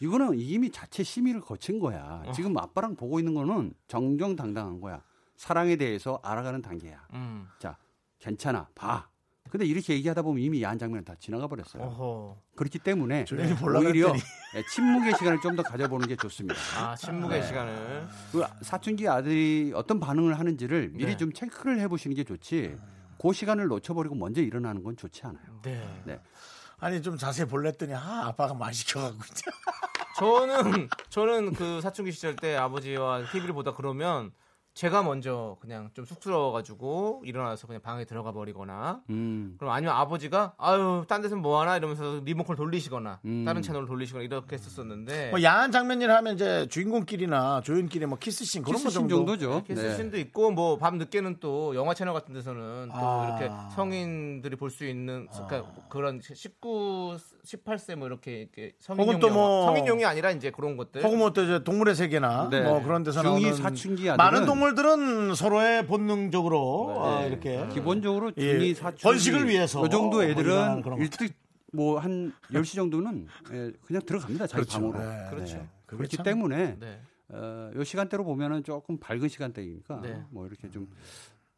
Speaker 11: 이거는 이미 자체 심의를 거친 거야. 지금 아빠랑 보고 있는 거는 정정당당한 거야. 사랑에 대해서 알아가는 단계야.
Speaker 2: 음.
Speaker 11: 자, 괜찮아, 봐. 근데 이렇게 얘기하다 보면 이미 야한 장면은 다 지나가 버렸어요.
Speaker 2: 어허.
Speaker 11: 그렇기 때문에
Speaker 2: 조용히 보려고
Speaker 11: 오히려
Speaker 2: 했더니.
Speaker 11: 예, 침묵의 시간을 좀 더 가져보는 게 좋습니다.
Speaker 2: 아, 침묵의
Speaker 11: 네.
Speaker 2: 시간을.
Speaker 11: 그 사춘기 아들이 어떤 반응을 하는지를 미리
Speaker 2: 네.
Speaker 11: 좀 체크를 해보시는 게 좋지. 그 시간을 놓쳐버리고 먼저 일어나는 건 좋지 않아요.
Speaker 2: 네.
Speaker 11: 네.
Speaker 1: 아니 좀 자세히 볼랬더니 아 아빠가 많이 시켜가고 있죠.
Speaker 2: 저는 저는 그 사춘기 시절 때 아버지와 TV를 보다 그러면 제가 먼저 그냥 좀 쑥스러워가지고 일어나서 그냥 방에 들어가 버리거나
Speaker 11: 음.
Speaker 2: 그럼 아니면 아버지가 아유 딴 데서 뭐 하나 이러면서 리모컨 돌리시거나
Speaker 1: 음.
Speaker 2: 다른 채널 돌리시거나 이렇게
Speaker 1: <laughs>
Speaker 2: 했었었는데
Speaker 1: 뭐 야한 장면이라 하면 이제 주인공끼리나 조연끼리 뭐 키스씬 그런 거 정도.
Speaker 11: 네.
Speaker 1: 네.
Speaker 2: 키스신도 있고 뭐 밤 늦게는 또 영화 채널 같은 데서는 또
Speaker 1: 아.
Speaker 2: 이렇게 성인들이 볼 수 있는 그러니까 그런 19, 18세 뭐 이렇게, 이렇게 성인용
Speaker 1: 혹은 또 뭐-
Speaker 2: 영화. 성인용이 아니라 이제 그런 것들
Speaker 1: 혹은 뭐 어때 동물의 세계나
Speaker 2: 네.
Speaker 1: 뭐 그런 데서
Speaker 11: 네. 중이
Speaker 1: 나오는
Speaker 11: 사춘기 아들은-
Speaker 1: 많은 동물들은 서로의 본능적으로 아,
Speaker 11: 네.
Speaker 1: 이렇게
Speaker 11: 기본적으로
Speaker 1: 예,
Speaker 11: 중이 사춘기
Speaker 1: 번식을 위해서
Speaker 11: 요 정도
Speaker 1: 뭐 이런
Speaker 11: 애들은
Speaker 1: 그런 거.
Speaker 11: 일찍 뭐한 10시 정도는 예, 그냥 들어갑니다. 자기
Speaker 1: 그렇죠.
Speaker 11: 방으로.
Speaker 1: 네. 그렇죠. 그게
Speaker 11: 그렇기
Speaker 1: 참-
Speaker 11: 때문에
Speaker 1: 네.
Speaker 11: 어, 요 시간대로 보면은 조금 밝은 시간대이니까
Speaker 1: 네.
Speaker 11: 뭐 이렇게 좀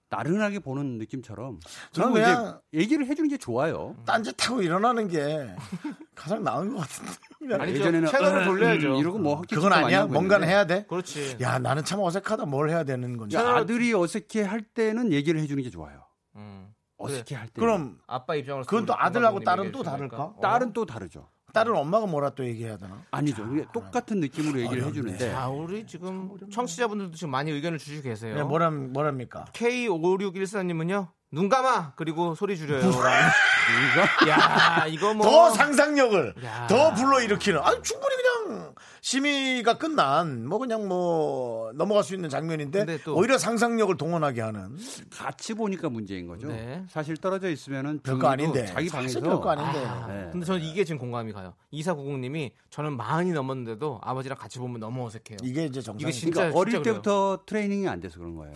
Speaker 11: 나른하게 보는 느낌처럼
Speaker 1: 저는
Speaker 11: 그리고 이제
Speaker 1: 그냥-
Speaker 11: 얘기를 해주는 게 좋아요.
Speaker 1: 딴짓하고 일어나는 게 <laughs> 가장 나은 것 같은데.
Speaker 11: 아니죠. 예전에는 채널을 음, 돌려야죠. 이러고 뭐 학교
Speaker 1: 그건
Speaker 11: 집도 많이
Speaker 1: 아니야.
Speaker 11: 하고
Speaker 1: 뭔가는
Speaker 11: 있는데.
Speaker 1: 해야 돼.
Speaker 2: 그렇지.
Speaker 1: 야 나는 참 어색하다. 뭘 해야 되는 건지.
Speaker 11: 야, 그러니까 아들이 어색해 할 때는 얘기를 해주는 게 좋아요.
Speaker 2: 음.
Speaker 11: 어색해 할 때.
Speaker 1: 그럼
Speaker 2: 아빠 입장으로
Speaker 1: 그건 또 아들하고 딸은 또 다를까?
Speaker 2: 어.
Speaker 11: 딸은 또 다르죠.
Speaker 1: 딸은 엄마가 뭐라 또 얘기해야 되나?
Speaker 11: 아니죠. 그게 똑같은 느낌으로 얘기를 해주는데.
Speaker 2: 자, 아, 우리 지금 청취자분들도 지금 많이 의견을 주시고 계세요.
Speaker 1: 네, 뭐라 뭐랍니까?
Speaker 2: K5614님은요. 눈 감아 그리고 소리 줄여요.
Speaker 11: 뭐- <laughs>
Speaker 2: <laughs> 야, 이거 뭐
Speaker 1: 더 상상력을
Speaker 2: 야.
Speaker 1: 더 불러 일으키는. 아니 충분히 그냥 심의가 끝난 뭐 그냥 뭐 넘어갈 수 있는 장면인데 오히려 상상력을 동원하게 하는.
Speaker 11: 같이 보니까 문제인 거죠.
Speaker 2: 네.
Speaker 11: 사실 떨어져 있으면은 중이도
Speaker 1: 별거 아닌데.
Speaker 11: 자기 방에서
Speaker 1: 사실 별거 아닌데.
Speaker 11: 네.
Speaker 2: 근데 저는 이게 지금 공감이 가요. 2490님이 저는 마흔이 넘었는데도 아버지랑 같이 보면 너무 어색해요.
Speaker 11: 이게
Speaker 1: 이제
Speaker 2: 이게 진짜
Speaker 11: 그러니까 어릴
Speaker 2: 진짜 그래요.
Speaker 11: 때부터 트레이닝이 안 돼서 그런
Speaker 2: <laughs>
Speaker 11: 거예요.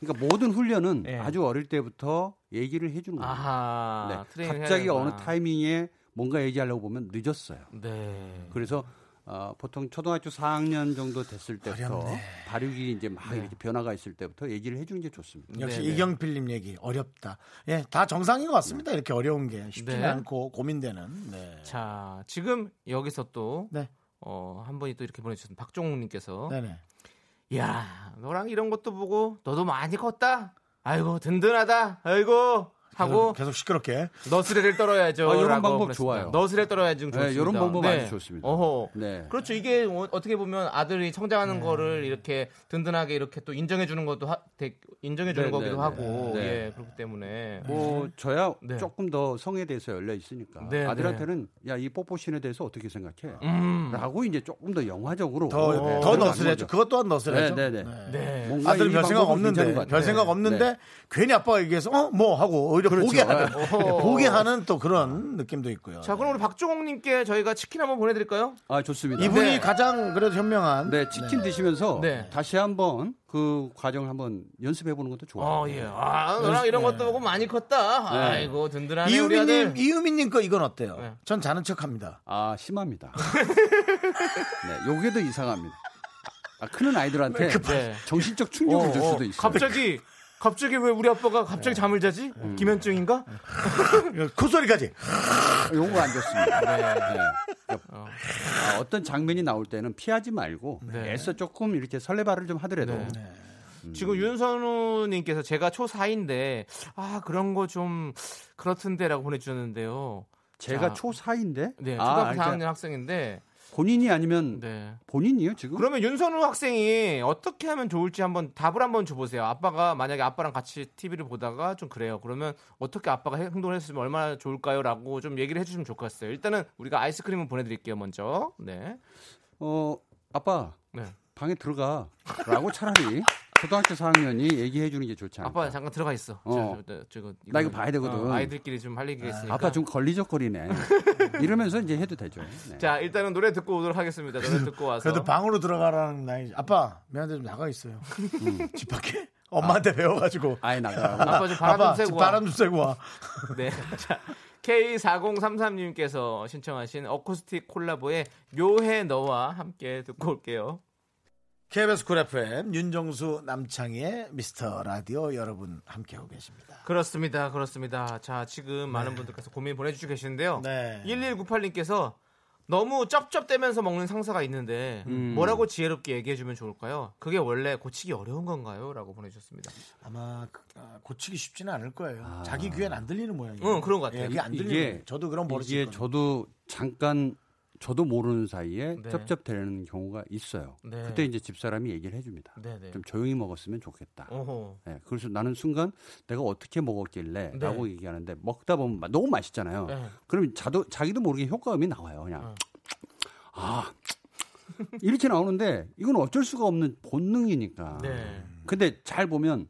Speaker 11: 그러니까 모든 훈련은 아주 어릴 때부터 얘기를 해주는 거예요.
Speaker 2: 네. 아하,
Speaker 11: 네.
Speaker 2: 트레이닝
Speaker 11: 갑자기
Speaker 2: 해야
Speaker 11: 어느
Speaker 2: 되는구나.
Speaker 11: 타이밍에 뭔가 얘기하려고 보면 늦었어요.
Speaker 2: 네.
Speaker 11: 그래서 어, 보통 초등학교 4학년 정도 됐을 때부터
Speaker 1: 어렵네. 네.
Speaker 11: 발육이 이제 막 이렇게 변화가 있을 때부터 얘기를 해주는 게 좋습니다.
Speaker 1: 역시 이경필님 얘기 어렵다. 예, 다 정상인 것 같습니다. 이렇게 어려운 게 쉽지
Speaker 2: 네.
Speaker 1: 는 않고 고민되는. 네.
Speaker 2: 자, 지금 여기서 또
Speaker 1: 네.
Speaker 2: 어, 한 분이 또 이렇게 보내주셨습니다. 박종욱님께서
Speaker 1: 네네.
Speaker 2: 야 너랑 이런 것도 보고 너도 많이 컸다. 아이고 든든하다. 아이고 하고
Speaker 1: 계속, 계속 시끄럽게.
Speaker 2: 너스레를 떨어야죠.
Speaker 1: 그 아, 요런
Speaker 2: 라고
Speaker 1: 방법
Speaker 2: 그랬습니다.
Speaker 1: 좋아요.
Speaker 2: 너스레 떨어야지 좀
Speaker 1: 네,
Speaker 2: 좋습니다.
Speaker 1: 요런 방법 아주 좋습니다.
Speaker 2: 어허.
Speaker 11: 네.
Speaker 1: 음.
Speaker 2: 그렇죠. 이게 어- 어떻게 보면 아들이
Speaker 1: 네.
Speaker 2: 성장하는 거를 이렇게 든든하게 이렇게 또 인정해 주는 것도 하- 되- 인정해 주는
Speaker 11: 네,
Speaker 2: 거기도
Speaker 11: 네,
Speaker 2: 하고
Speaker 11: 네.
Speaker 2: 예 그렇기 때문에
Speaker 11: 뭐 저야
Speaker 2: 네.
Speaker 11: 조금 더 성에 대해서 열려 있으니까
Speaker 2: 네,
Speaker 11: 아들한테는 야 이 뽀뽀신에 대해서 어떻게 생각해?
Speaker 2: 음.
Speaker 11: 라고 이제 조금 더 영화적으로
Speaker 1: 더,
Speaker 11: 네,
Speaker 1: 더
Speaker 11: 들어가는 거죠.
Speaker 1: 너스레죠. 그것 또한 너스레죠.
Speaker 11: 네, 네,
Speaker 1: 네.
Speaker 11: 네. 뭔가
Speaker 1: 아들은
Speaker 11: 이
Speaker 1: 별
Speaker 11: 방법은
Speaker 1: 생각
Speaker 11: 괜찮은 것
Speaker 1: 없는데,
Speaker 11: 같아요.
Speaker 1: 별 생각
Speaker 11: 네.
Speaker 1: 없는데,
Speaker 11: 네.
Speaker 1: 괜히 아빠가 얘기해서, 어? 뭐? 하고, 오히려
Speaker 11: 그렇죠.
Speaker 1: 보게 하는,
Speaker 11: 네.
Speaker 1: 네, 보게 하는 또 그런 느낌도 있고요.
Speaker 2: 자 그럼 우리 박종욱님께 저희가 치킨 한번 보내드릴까요?
Speaker 11: 아 좋습니다.
Speaker 1: 이분이 가장 그래도 현명한.
Speaker 11: 네 치킨
Speaker 1: 네.
Speaker 11: 드시면서 다시 한번 그 과정 한번 연습해 보는 것도 좋아요.
Speaker 2: 어 예. 아 너랑 이런 것도 보고 많이 컸다.
Speaker 11: 네.
Speaker 2: 아이고 든든하네
Speaker 1: 네.
Speaker 2: 우리
Speaker 1: 이유미님,
Speaker 2: 아들.
Speaker 1: 이유미님 거 이건 어때요? 전 자는 척 합니다.
Speaker 11: 아 심합니다. 네, 요게 더 이상합니다. 아, 크는 아이들한테
Speaker 2: 네, 급해.
Speaker 11: 정신적 충격을
Speaker 2: 어,
Speaker 11: 줄
Speaker 2: 어.
Speaker 11: 수도 있어요.
Speaker 2: 갑자기 갑자기 왜 우리 아빠가 갑자기 잠을 자지?
Speaker 11: 음.
Speaker 2: 기면증인가?
Speaker 1: 그 콧소리까지.
Speaker 11: 이런 아, 거안 좋습니다. 네.
Speaker 2: 어.
Speaker 11: 아, 어떤 장면이 나올 때는 피하지 말고
Speaker 2: 네.
Speaker 11: 애써 조금 이렇게 설레발을 좀 하더라도 음.
Speaker 2: 지금 윤선우님께서 제가 초4인데, 아, 그런 거 좀 그렇던데라고 보내주셨는데요.
Speaker 11: 제가
Speaker 2: 자,
Speaker 11: 초4인데? 아,
Speaker 2: 네,
Speaker 11: 음.
Speaker 2: 초등학교
Speaker 11: 그러니까
Speaker 2: 4학년 학생인데, 네.
Speaker 11: 본인이 아니면 본인이요 지금?
Speaker 2: 그러면 윤선우 학생이 어떻게 하면 좋을지 한번 답을 한번 줘보세요. 아빠가 만약에 아빠랑 같이 TV를 보다가 좀 그래요. 그러면 어떻게 아빠가 행동을 했으면 얼마나 좋을까요?라고 좀 얘기를 해주시면 좋겠어요. 일단은 우리가 아이스크림을 보내드릴게요 먼저. 네.
Speaker 11: 어 아빠
Speaker 2: 네.
Speaker 11: 방에 들어가라고 차라리 초등학교 4학년이 얘기해 주는 게 좋지 않아?
Speaker 2: 아빠 잠깐 들어가 있어.
Speaker 11: 어.
Speaker 2: 저, 저, 저,
Speaker 11: 나 이거 봐야 되거든.
Speaker 2: 어, 아이들끼리 좀 할 얘기가 있으니까.
Speaker 11: 아빠 좀
Speaker 2: <laughs>
Speaker 11: 걸리적거리네. 이러면서 이제 해도 되죠. 네.
Speaker 2: 자 일단은 노래 듣고 오도록 하겠습니다. 노래 듣고 와서.
Speaker 1: 그래도 방으로 들어가라는 나이. 아빠, 미안한데 좀 나가 있어요. <laughs> 집 밖에? 엄마한테 배워가지고.
Speaker 11: 아예 나가라고.
Speaker 2: 아빠 좀 바람 좀 쐬고 와.
Speaker 1: 바람 좀 쐬고 와.
Speaker 2: 네. <laughs> 자, K4033님께서 신청하신 어쿠스틱 콜라보의 묘해 너와 함께 듣고 올게요.
Speaker 1: KBS 쿨 FM 윤정수 남창희의 미스터 라디오 여러분 함께하고 계십니다.
Speaker 2: 그렇습니다. 그렇습니다. 자, 지금 많은 분들께서 고민 보내주시고 계시는데요.
Speaker 1: 네.
Speaker 2: 1198님께서 너무 쩝쩝대면서 먹는 상사가 있는데
Speaker 1: 음.
Speaker 2: 뭐라고 지혜롭게 얘기해주면 좋을까요? 그게 원래 고치기 어려운 건가요? 라고 보내주셨습니다.
Speaker 1: 아마 그- 아, 고치기 쉽지는 않을 거예요. 자기 귀엔 안 들리는 모양이에요.
Speaker 2: 응, 그런 것 같아요.
Speaker 1: 예, 아. 그게 안 들리는.
Speaker 11: 이게
Speaker 1: 저도 그런 버릇이
Speaker 11: 이게
Speaker 1: 있거든요.
Speaker 11: 저도 잠깐 저도 모르는 사이에
Speaker 1: 네.
Speaker 11: 쩝쩝대는 경우가 있어요.
Speaker 1: 네.
Speaker 11: 그때 이제 집사람이 얘기를 해줍니다.
Speaker 1: 네, 네.
Speaker 11: 좀 조용히 먹었으면 좋겠다.
Speaker 2: 어허.
Speaker 11: 예, 그래서 나는 순간 내가 어떻게 먹었길래
Speaker 2: 네.
Speaker 11: 라고 얘기하는데 먹다 보면 마- 너무 맛있잖아요.
Speaker 2: 네. 어.
Speaker 11: 그럼 자도, 자기도 모르게 효과음이 나와요. 그냥 아 이렇게 나오는데 이건 어쩔 수가 없는 본능이니까.
Speaker 2: 네.
Speaker 11: 근데 잘 보면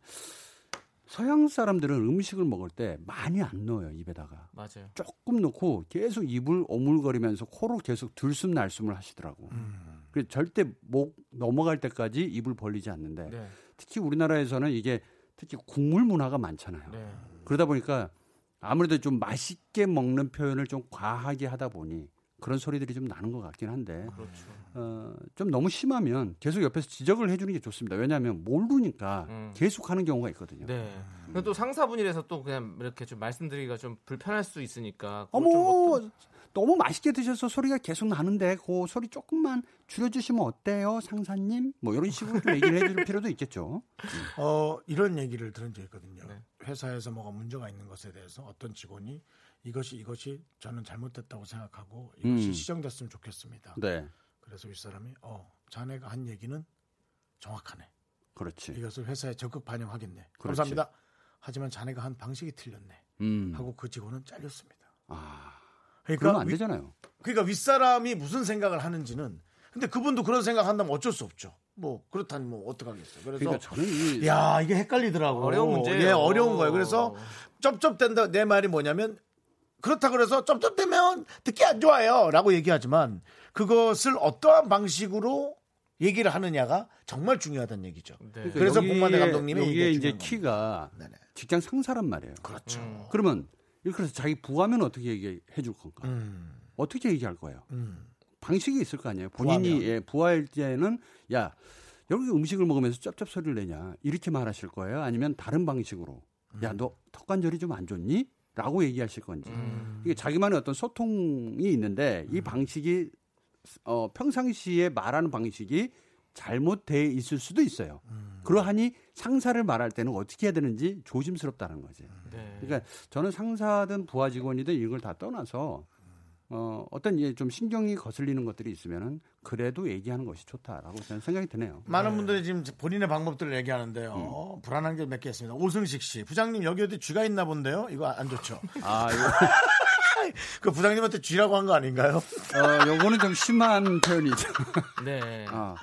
Speaker 11: 서양 사람들은 음식을 먹을 때 많이 안 넣어요 입에다가.
Speaker 2: 맞아요.
Speaker 11: 조금 넣고 계속 입을 오물거리면서 코로 계속 들숨 날숨을 하시더라고.
Speaker 2: 음.
Speaker 11: 그래서 절대 목 넘어갈 때까지 입을 벌리지 않는데
Speaker 2: 네.
Speaker 11: 특히 우리나라에서는 이게 특히 국물 문화가 많잖아요.
Speaker 2: 네.
Speaker 11: 그러다 보니까 아무래도 좀 맛있게 먹는 표현을 좀 과하게 하다 보니 그런 소리들이 좀 나는 것 같긴 한데
Speaker 2: 그렇죠.
Speaker 11: 어, 좀 너무 심하면 계속 옆에서 지적을 해주는 게 좋습니다. 왜냐하면 모르니까
Speaker 2: 음.
Speaker 11: 계속 하는 경우가 있거든요.
Speaker 2: 네. 근데 또 상사분이라서 또 그냥 이렇게 좀 말씀드리기가 좀 불편할 수 있으니까. 그걸 좀
Speaker 11: 어머 너무 맛있게 드셔서 소리가 계속 나는데 그 소리 조금만 줄여주시면 어때요 상사님? 뭐 이런 식으로 좀 얘기를 해줄 필요도 있겠죠.
Speaker 1: 어, 이런 얘기를 들은 적이 있거든요.
Speaker 11: 네.
Speaker 1: 회사에서 뭐가 문제가 있는 것에 대해서 어떤 직원이 이것이 이것이 저는 잘못됐다고 생각하고 이것이
Speaker 11: 음.
Speaker 1: 시정됐으면 좋겠습니다.
Speaker 11: 네,
Speaker 1: 그래서 윗사람이 어, 자네가 한 얘기는 정확하네.
Speaker 11: 그렇지.
Speaker 1: 이것을 회사에 적극 반영하겠네.
Speaker 11: 그렇지.
Speaker 1: 감사합니다. 하지만 자네가 한 방식이 틀렸네.
Speaker 11: 음.
Speaker 1: 하고 그 직원은 잘렸습니다.
Speaker 11: 그러면안 되잖아요.
Speaker 1: 그러니까 윗사람이 무슨 생각을 하는지는 근데 그분도 그런 생각한다면 어쩔 수 없죠. 뭐 그렇다니 뭐 어떡하겠어요. 그래서
Speaker 11: 그러니까 저는 이-
Speaker 1: 야 이게 헷갈리더라고.
Speaker 11: 어려운 문제예요.
Speaker 1: 예, 어려운 거예요. 그래서 쩝쩝댄다 내 말이 뭐냐면 그렇다 그래서 쩝쩝대면 듣기 안 좋아요라고 얘기하지만 그것을 어떠한 방식으로 얘기를 하느냐가 정말 중요하다는 얘기죠.
Speaker 2: 네.
Speaker 11: 그러니까
Speaker 1: 그래서
Speaker 11: 여기에-
Speaker 1: 봉만대 감독님이
Speaker 11: 여기에
Speaker 1: 이게
Speaker 11: 이제
Speaker 1: 중요한 겁니다.
Speaker 11: 키가 직장 상사란 말이에요.
Speaker 1: 그렇죠.
Speaker 11: 그러면 이렇게 해서 자기 부하면 어떻게 얘기해 줄 건가?
Speaker 1: 음.
Speaker 11: 어떻게 얘기할 거예요? 방식이 있을 거 아니에요. 본인이 예, 부하일 때는 야 여기 음식을 먹으면서 쩝쩝 소리를 내냐 이렇게 말하실 거예요. 아니면 다른 방식으로 야 너 턱관절이 좀 안 좋니? 라고 얘기하실 건지
Speaker 2: 음,
Speaker 11: 이게 자기만의 어떤 소통이 있는데 이 방식이 어, 평상시에 말하는 방식이 잘못돼 있을 수도 있어요. 그러하니 상사를 말할 때는 어떻게 해야 되는지 조심스럽다는 거지.
Speaker 2: 네.
Speaker 11: 그러니까 저는 상사든 부하 직원이든 이걸 다 떠나서 어, 어떤 이제 좀 신경이 거슬리는 것들이 있으면은 그래도 얘기하는 것이 좋다라고 저는 생각이 드네요. 음.
Speaker 1: 많은 분들이 지금 본인의 방법들을 얘기하는데요. 불안한 게 몇 개 있습니다. 오승식 씨, 부장님 여기 어디 쥐가 있나 본데요? 이거 안 좋죠.
Speaker 11: 아,
Speaker 1: 그 부장님한테 쥐라고 한 거 아닌가요? <laughs>
Speaker 11: 어, 요거는 좀 심한 표현이죠.
Speaker 2: 네.
Speaker 11: 아,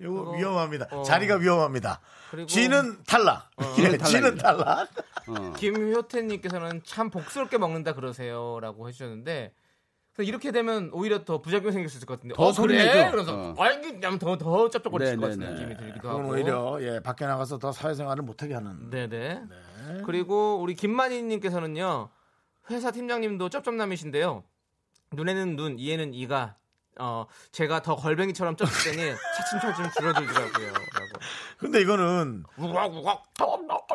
Speaker 1: 이거
Speaker 2: 그거-
Speaker 1: 위험합니다.
Speaker 2: 어.
Speaker 1: 자리가 위험합니다.
Speaker 2: 그리고-
Speaker 1: 쥐는 탈락. <laughs> 예, 쥐는
Speaker 11: 탈락입니다.
Speaker 1: 탈락.
Speaker 11: 어.
Speaker 2: 김효태님께서는 참 복스럽게 먹는다 그러세요라고 해주셨는데 근데 이렇게 되면 오히려 더 부작용 이 생길 수 있을 것 같은데
Speaker 11: 더
Speaker 2: 어
Speaker 11: 소리
Speaker 2: 그래
Speaker 11: 내죠.
Speaker 2: 그래서
Speaker 11: 어.
Speaker 2: 아이기 더더 짭짭거리실 것 같은
Speaker 11: 네네네.
Speaker 2: 느낌이 들기도
Speaker 1: 그건
Speaker 2: 하고
Speaker 1: 오히려 예, 밖에 나가서 더 사회생활을 못하게 하는.
Speaker 2: 네네 그리고 우리 김만희님께서는요 회사 팀장님도 쩝쩝남이신데요 눈에는 눈 이에는 이가 어 제가 더 걸뱅이처럼 쩝대니 차츰차츰 줄어들더라고요라고
Speaker 1: 근데 이거는
Speaker 2: 우걱 우걱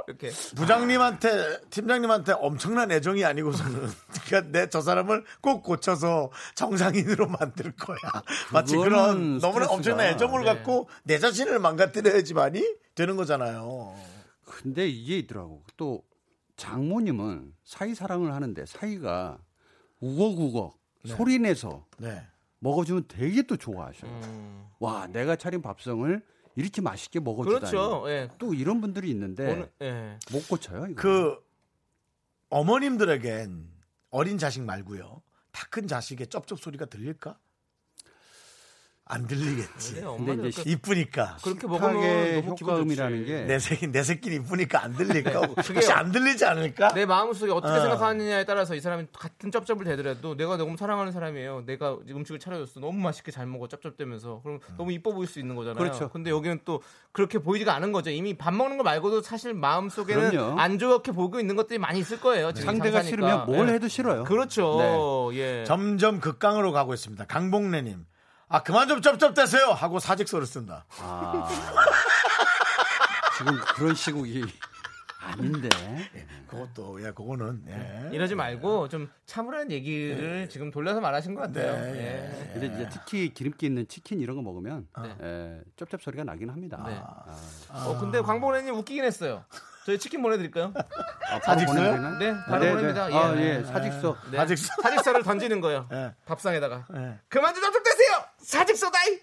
Speaker 2: 이렇게
Speaker 1: 부장님한테 팀장님한테 엄청난 애정이 아니고서는 <laughs> 그러니까 내 저 사람을 꼭 고쳐서 정상인으로 만들 거야. 마치
Speaker 11: 그거는
Speaker 1: 그런 너무나
Speaker 11: 스트레스다.
Speaker 1: 엄청난 애정을
Speaker 11: 네.
Speaker 1: 갖고 내 자신을 망가뜨려야지만이 되는 거잖아요.
Speaker 11: 근데 이게 있더라고. 또 장모님은 사이 사랑을 하는데 사이가 우걱우걱 소리 내서
Speaker 1: 네.
Speaker 11: 먹어주면 되게 또 좋아하셔요.
Speaker 2: 음.
Speaker 11: 와, 내가 차린 밥상을 이렇게 맛있게 먹어주다니.
Speaker 2: 그렇죠. 예.
Speaker 11: 또 이런 분들이 있는데
Speaker 2: 오늘- 예.
Speaker 11: 못 고쳐요. 이거.
Speaker 1: 그 어머님들에겐 어린 자식 말고요. 다 큰 자식의 쩝쩝 소리가 들릴까? 안 들리겠지.
Speaker 2: 그래요, 근데 엄마는 이제 그-
Speaker 1: 이쁘니까.
Speaker 2: 그렇게 먹으면 식탁의 너무 기분 효과음이라는 좋지. 게-
Speaker 1: 내 새끼 내 새끼는 이쁘니까 안 들릴까?
Speaker 2: 네, 그게 네.
Speaker 1: 혹시 안 들리지 않을까?
Speaker 2: 내 마음속에 어떻게
Speaker 1: 어.
Speaker 2: 생각하느냐에 따라서 이 사람이 같은 쩝쩝을 대더라도 내가 너무 사랑하는 사람이에요. 내가 음식을 차려줬어. 너무 맛있게 잘 먹어 쩝쩝대면서 그럼 너무 이뻐 보일 수 있는 거잖아요.
Speaker 11: 음. 그렇죠.
Speaker 2: 근데 여기는 또 그렇게 보이지가 않은 거죠. 이미 밥 먹는 거 말고도 사실 마음속에는
Speaker 11: 그럼요.
Speaker 2: 안 좋게 보고 있는 것들이 많이 있을 거예요. 지금
Speaker 11: 상대가
Speaker 2: 상사니까.
Speaker 11: 싫으면 뭘
Speaker 2: 예.
Speaker 11: 해도 싫어요.
Speaker 2: <laughs>
Speaker 11: 네.
Speaker 2: 그렇죠. 예.
Speaker 1: 점점 극강으로 가고 있습니다. 강봉래님, 아 그만 좀 쩝쩝대세요 하고 사직서를 쓴다.
Speaker 11: 아, 지금 그런 시국이 예. 아닌데.
Speaker 1: 그것도 예, 그거는 예.
Speaker 2: 이러지
Speaker 11: 네.
Speaker 2: 말고 좀 참으라는 얘기를 지금 돌려서 말하신 것 같아요.
Speaker 11: 네.
Speaker 2: 예.
Speaker 11: 근데 이제 특히 기름기 있는 치킨 이런 거 먹으면 예, 쩝쩝 소리가 나긴 합니다.
Speaker 2: 네.
Speaker 11: 아,
Speaker 2: 어, 근데 광복래님 웃기긴 했어요. 저희 치킨 보내드릴까요?
Speaker 11: 아, 바로
Speaker 2: 사직서요?
Speaker 11: 보내드리나요?
Speaker 2: 네, 바로
Speaker 11: 네, 네.
Speaker 2: 보냅니다.
Speaker 11: 아,
Speaker 2: 예.
Speaker 11: 예, 사직서.
Speaker 2: 네.
Speaker 1: 사직서.
Speaker 2: 를 던지는 거예요. 밥상에다가.
Speaker 1: 예.
Speaker 2: 그만 좀 접촉되세요! 사직서다이!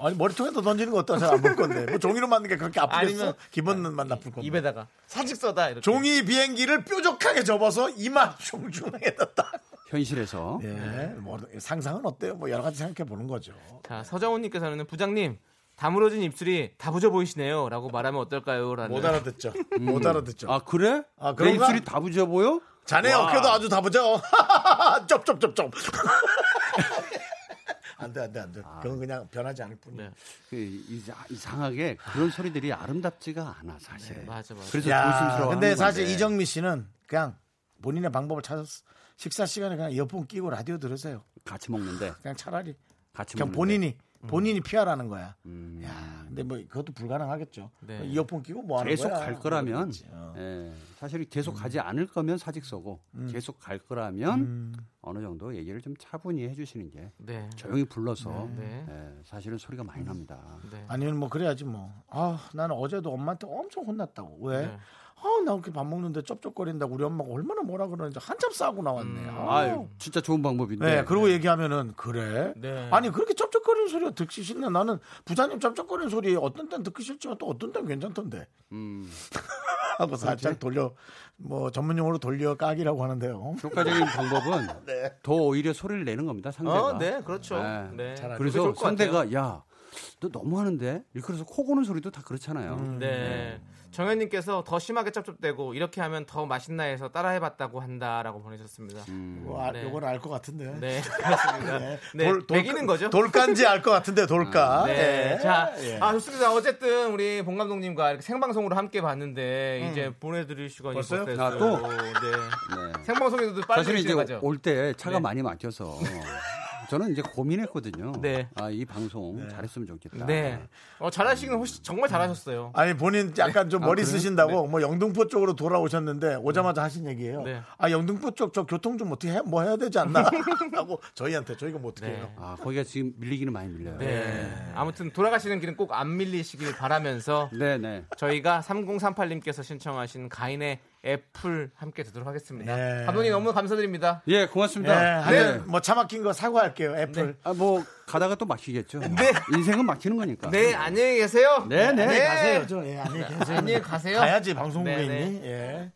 Speaker 1: 아니 머리통에다 던지는 거 어떠세요? 안볼 건데 뭐 종이로 만든 게 그렇게 아프겠어?
Speaker 2: 아니면- 네.
Speaker 1: 기분만 나쁠 건데.
Speaker 2: 입에다가. 사직서다! 이렇게.
Speaker 1: 종이 비행기를 뾰족하게 접어서 이마 중중에다 딱.
Speaker 11: 현실에서
Speaker 1: 예, 뭐 상상은 어때요? 뭐 여러 가지 생각해 보는 거죠.
Speaker 2: 자, 서정훈님께서는 부장님, 다물어진 입술이 다부져 보이시네요. 라고 말하면 어떨까요? 라는.
Speaker 1: 못 알아듣죠. 못 알아듣죠.
Speaker 11: 네. 아 그래?
Speaker 1: 아,
Speaker 11: 내
Speaker 1: 그런가?
Speaker 11: 입술이 다 부져 보여?
Speaker 1: 자네
Speaker 11: 와.
Speaker 1: 어깨도 아주 다보죠. <laughs> 쩝쩝쩝쩝. <laughs> 안돼 안돼 안돼.
Speaker 11: 아.
Speaker 1: 그건 그냥 변하지 않을 뿐이야.
Speaker 2: 네.
Speaker 11: 그 이사- 이상하게 그런 소리들이 아름답지가 않아 사실은.
Speaker 2: 네, 맞아, 맞아.
Speaker 11: 그래서
Speaker 1: 야,
Speaker 11: 조심스러워.
Speaker 1: 근데 사실 이정미 씨는 그냥 본인의 방법을 찾았어. 식사 시간에 그냥 이어폰 끼고 라디오 들으세요.
Speaker 11: 같이 먹는데
Speaker 1: 그냥 차라리
Speaker 11: 같이 먹는데.
Speaker 1: 그냥
Speaker 11: 음.
Speaker 1: 본인이 본인이 피하라는 거야. 야, 근데 뭐 그것도 불가능하겠죠.
Speaker 2: 네.
Speaker 1: 이어폰 끼고 뭐 하는
Speaker 11: 계속
Speaker 1: 거야?
Speaker 11: 갈 거라면
Speaker 1: 그러겠지. 어.
Speaker 11: 예, 사실 계속 가지 않을 거면 사직서고 계속 갈
Speaker 1: 음.
Speaker 11: 거라면 어느 정도 얘기를 좀 차분히 해주시는 게
Speaker 2: 네.
Speaker 11: 조용히 불러서
Speaker 2: 네.
Speaker 11: 예, 사실은 소리가 많이 납니다.
Speaker 2: 네.
Speaker 1: 아니면 뭐 그래야지 뭐. 아, 나는 어제도 엄마한테 엄청 혼났다고. 왜?
Speaker 2: 네.
Speaker 1: 아, 나 이렇게 밥 먹는데 쩝쩝거린다고 우리 엄마가 얼마나 뭐라 그러는지 한참 싸우고 나왔네. 아.
Speaker 11: 아 진짜 좋은 방법인데.
Speaker 1: 네, 그러고 얘기하면은 그래.
Speaker 2: 네.
Speaker 1: 아니 그렇게 쩝쩝거리는 소리가 듣기 싫나? 나는 부자님 쩝쩝거리는 소리 어떤 땐 듣기 싫지만 또 어떤 땐 괜찮던데. <laughs>
Speaker 11: 음,
Speaker 1: 하고 살짝 돌려 뭐 전문용어로 돌려 까기라고 하는데요.
Speaker 11: 효과적인 방법은 더 오히려 소리를 내는 겁니다. 상대가.
Speaker 2: 어, 네, 그렇죠.
Speaker 11: 네.
Speaker 2: 네.
Speaker 1: 잘 알죠.
Speaker 11: 그래서
Speaker 2: 좋을 것
Speaker 11: 상대가 야, 너 너무하는데. 그래서 코 고는 소리도 다 그렇잖아요.
Speaker 2: 네. 정현님께서 더 심하게 쩝쩝대고 이렇게 하면 더 맛있나 해서 따라해봤다고 한다라고 보내셨습니다.
Speaker 1: 뭐 아,
Speaker 2: 네.
Speaker 1: 요건 알 것 같은데.
Speaker 2: 네, 그렇습니다. 네, 매기는 거죠.
Speaker 1: 돌간지 알 것 같은데 돌까.
Speaker 2: 네.
Speaker 1: 예.
Speaker 2: 자,
Speaker 1: 예.
Speaker 2: 아 좋습니다. 어쨌든 우리 봉 감독님과 이렇게 생방송으로 함께 봤는데 이제 보내드릴 시간이
Speaker 1: 벌써요?
Speaker 2: 됐어요.
Speaker 11: 아, 또?
Speaker 2: 네.
Speaker 11: 네.
Speaker 2: 생방송에서도
Speaker 11: 사실
Speaker 2: 빨리
Speaker 11: 이제
Speaker 2: 들어가죠.
Speaker 11: 올 때 차가
Speaker 2: 네.
Speaker 11: 많이
Speaker 2: <laughs>
Speaker 11: 막혀서 저는 이제 고민했거든요.
Speaker 2: 네.
Speaker 11: 아, 이 방송 잘했으면 좋겠다.
Speaker 2: 네. 어, 잘하시긴 혹시 정말 잘하셨어요.
Speaker 1: 아니 본인 약간 좀 머리
Speaker 11: 그래요?
Speaker 1: 쓰신다고 뭐 영등포 쪽으로 돌아오셨는데 오자마자 하신 얘기예요.
Speaker 2: 네.
Speaker 1: 아 영등포 쪽 저 교통 좀 어떻게 해, 뭐 해야 되지
Speaker 2: <laughs>
Speaker 1: 않나 하고 저희한테 저희가 뭐 어떻게
Speaker 2: 네.
Speaker 1: 해요.
Speaker 11: 아, 거기가 지금 밀리기는 많이 밀려요.
Speaker 2: 네. 아무튼 돌아가시는 길은 꼭 안 밀리시길 바라면서
Speaker 11: 네, 네.
Speaker 2: 저희가 3038님께서 신청하신 가인의 애플 함께 듣도록 하겠습니다.
Speaker 1: 네.
Speaker 2: 감독님 너무 감사드립니다.
Speaker 11: 예,
Speaker 1: 네,
Speaker 11: 고맙습니다. 네.
Speaker 1: 하여튼 뭐차 막힌 거 사과할게요. 애플.
Speaker 11: 아, 뭐 가다가 또 막히겠죠.
Speaker 2: 네.
Speaker 11: 인생은 막히는 거니까.
Speaker 2: 네, 안녕히 계세요.
Speaker 11: 네, 네.
Speaker 1: 네, 가세요. 저, 예, 안녕히 계세요.
Speaker 2: 안녕히 가세요.
Speaker 1: 가야지 방송국에
Speaker 2: 네, 네.
Speaker 1: 있니? 예.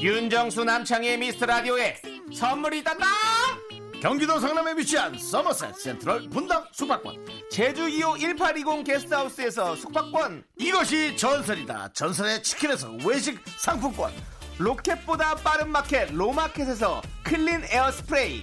Speaker 2: 윤정수 남창희의 미스터 라디오에 선물이 있단다.
Speaker 1: 경기도 성남에 위치한 서머셋 센트럴 분당 숙박권.
Speaker 2: 제주 2호 1820 게스트하우스에서 숙박권
Speaker 1: 이것이 전설이다. 전설의 치킨에서 외식 상품권.
Speaker 2: 로켓보다 빠른 마켓 로마켓에서 클린 에어 스프레이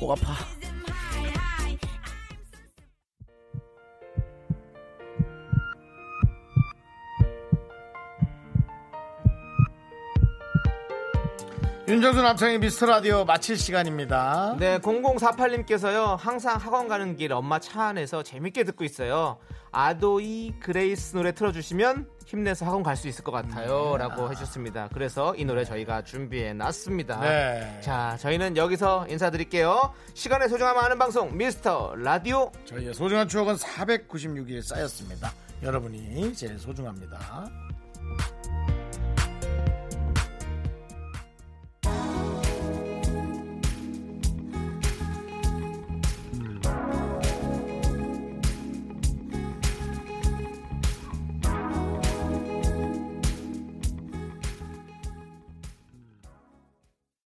Speaker 1: 목 아파
Speaker 5: high, high.
Speaker 1: 윤정수 남창의 미스터 라디오 마칠 시간입니다.
Speaker 2: 네, 0048님께서요, 항상 학원 가는 길 엄마 차 안에서 재밌게 듣고 있어요. 아도이 그레이스 노래 틀어주시면 힘내서 학원 갈 수 있을 것 같아요. 라고 해주셨습니다. 그래서 이 노래 저희가 준비해 놨습니다.
Speaker 1: 네.
Speaker 2: 자, 저희는 여기서 인사드릴게요. 시간의 소중함 아는 방송, 미스터 라디오.
Speaker 1: 저희의 소중한 추억은 496일 쌓였습니다. 여러분이 제일 소중합니다.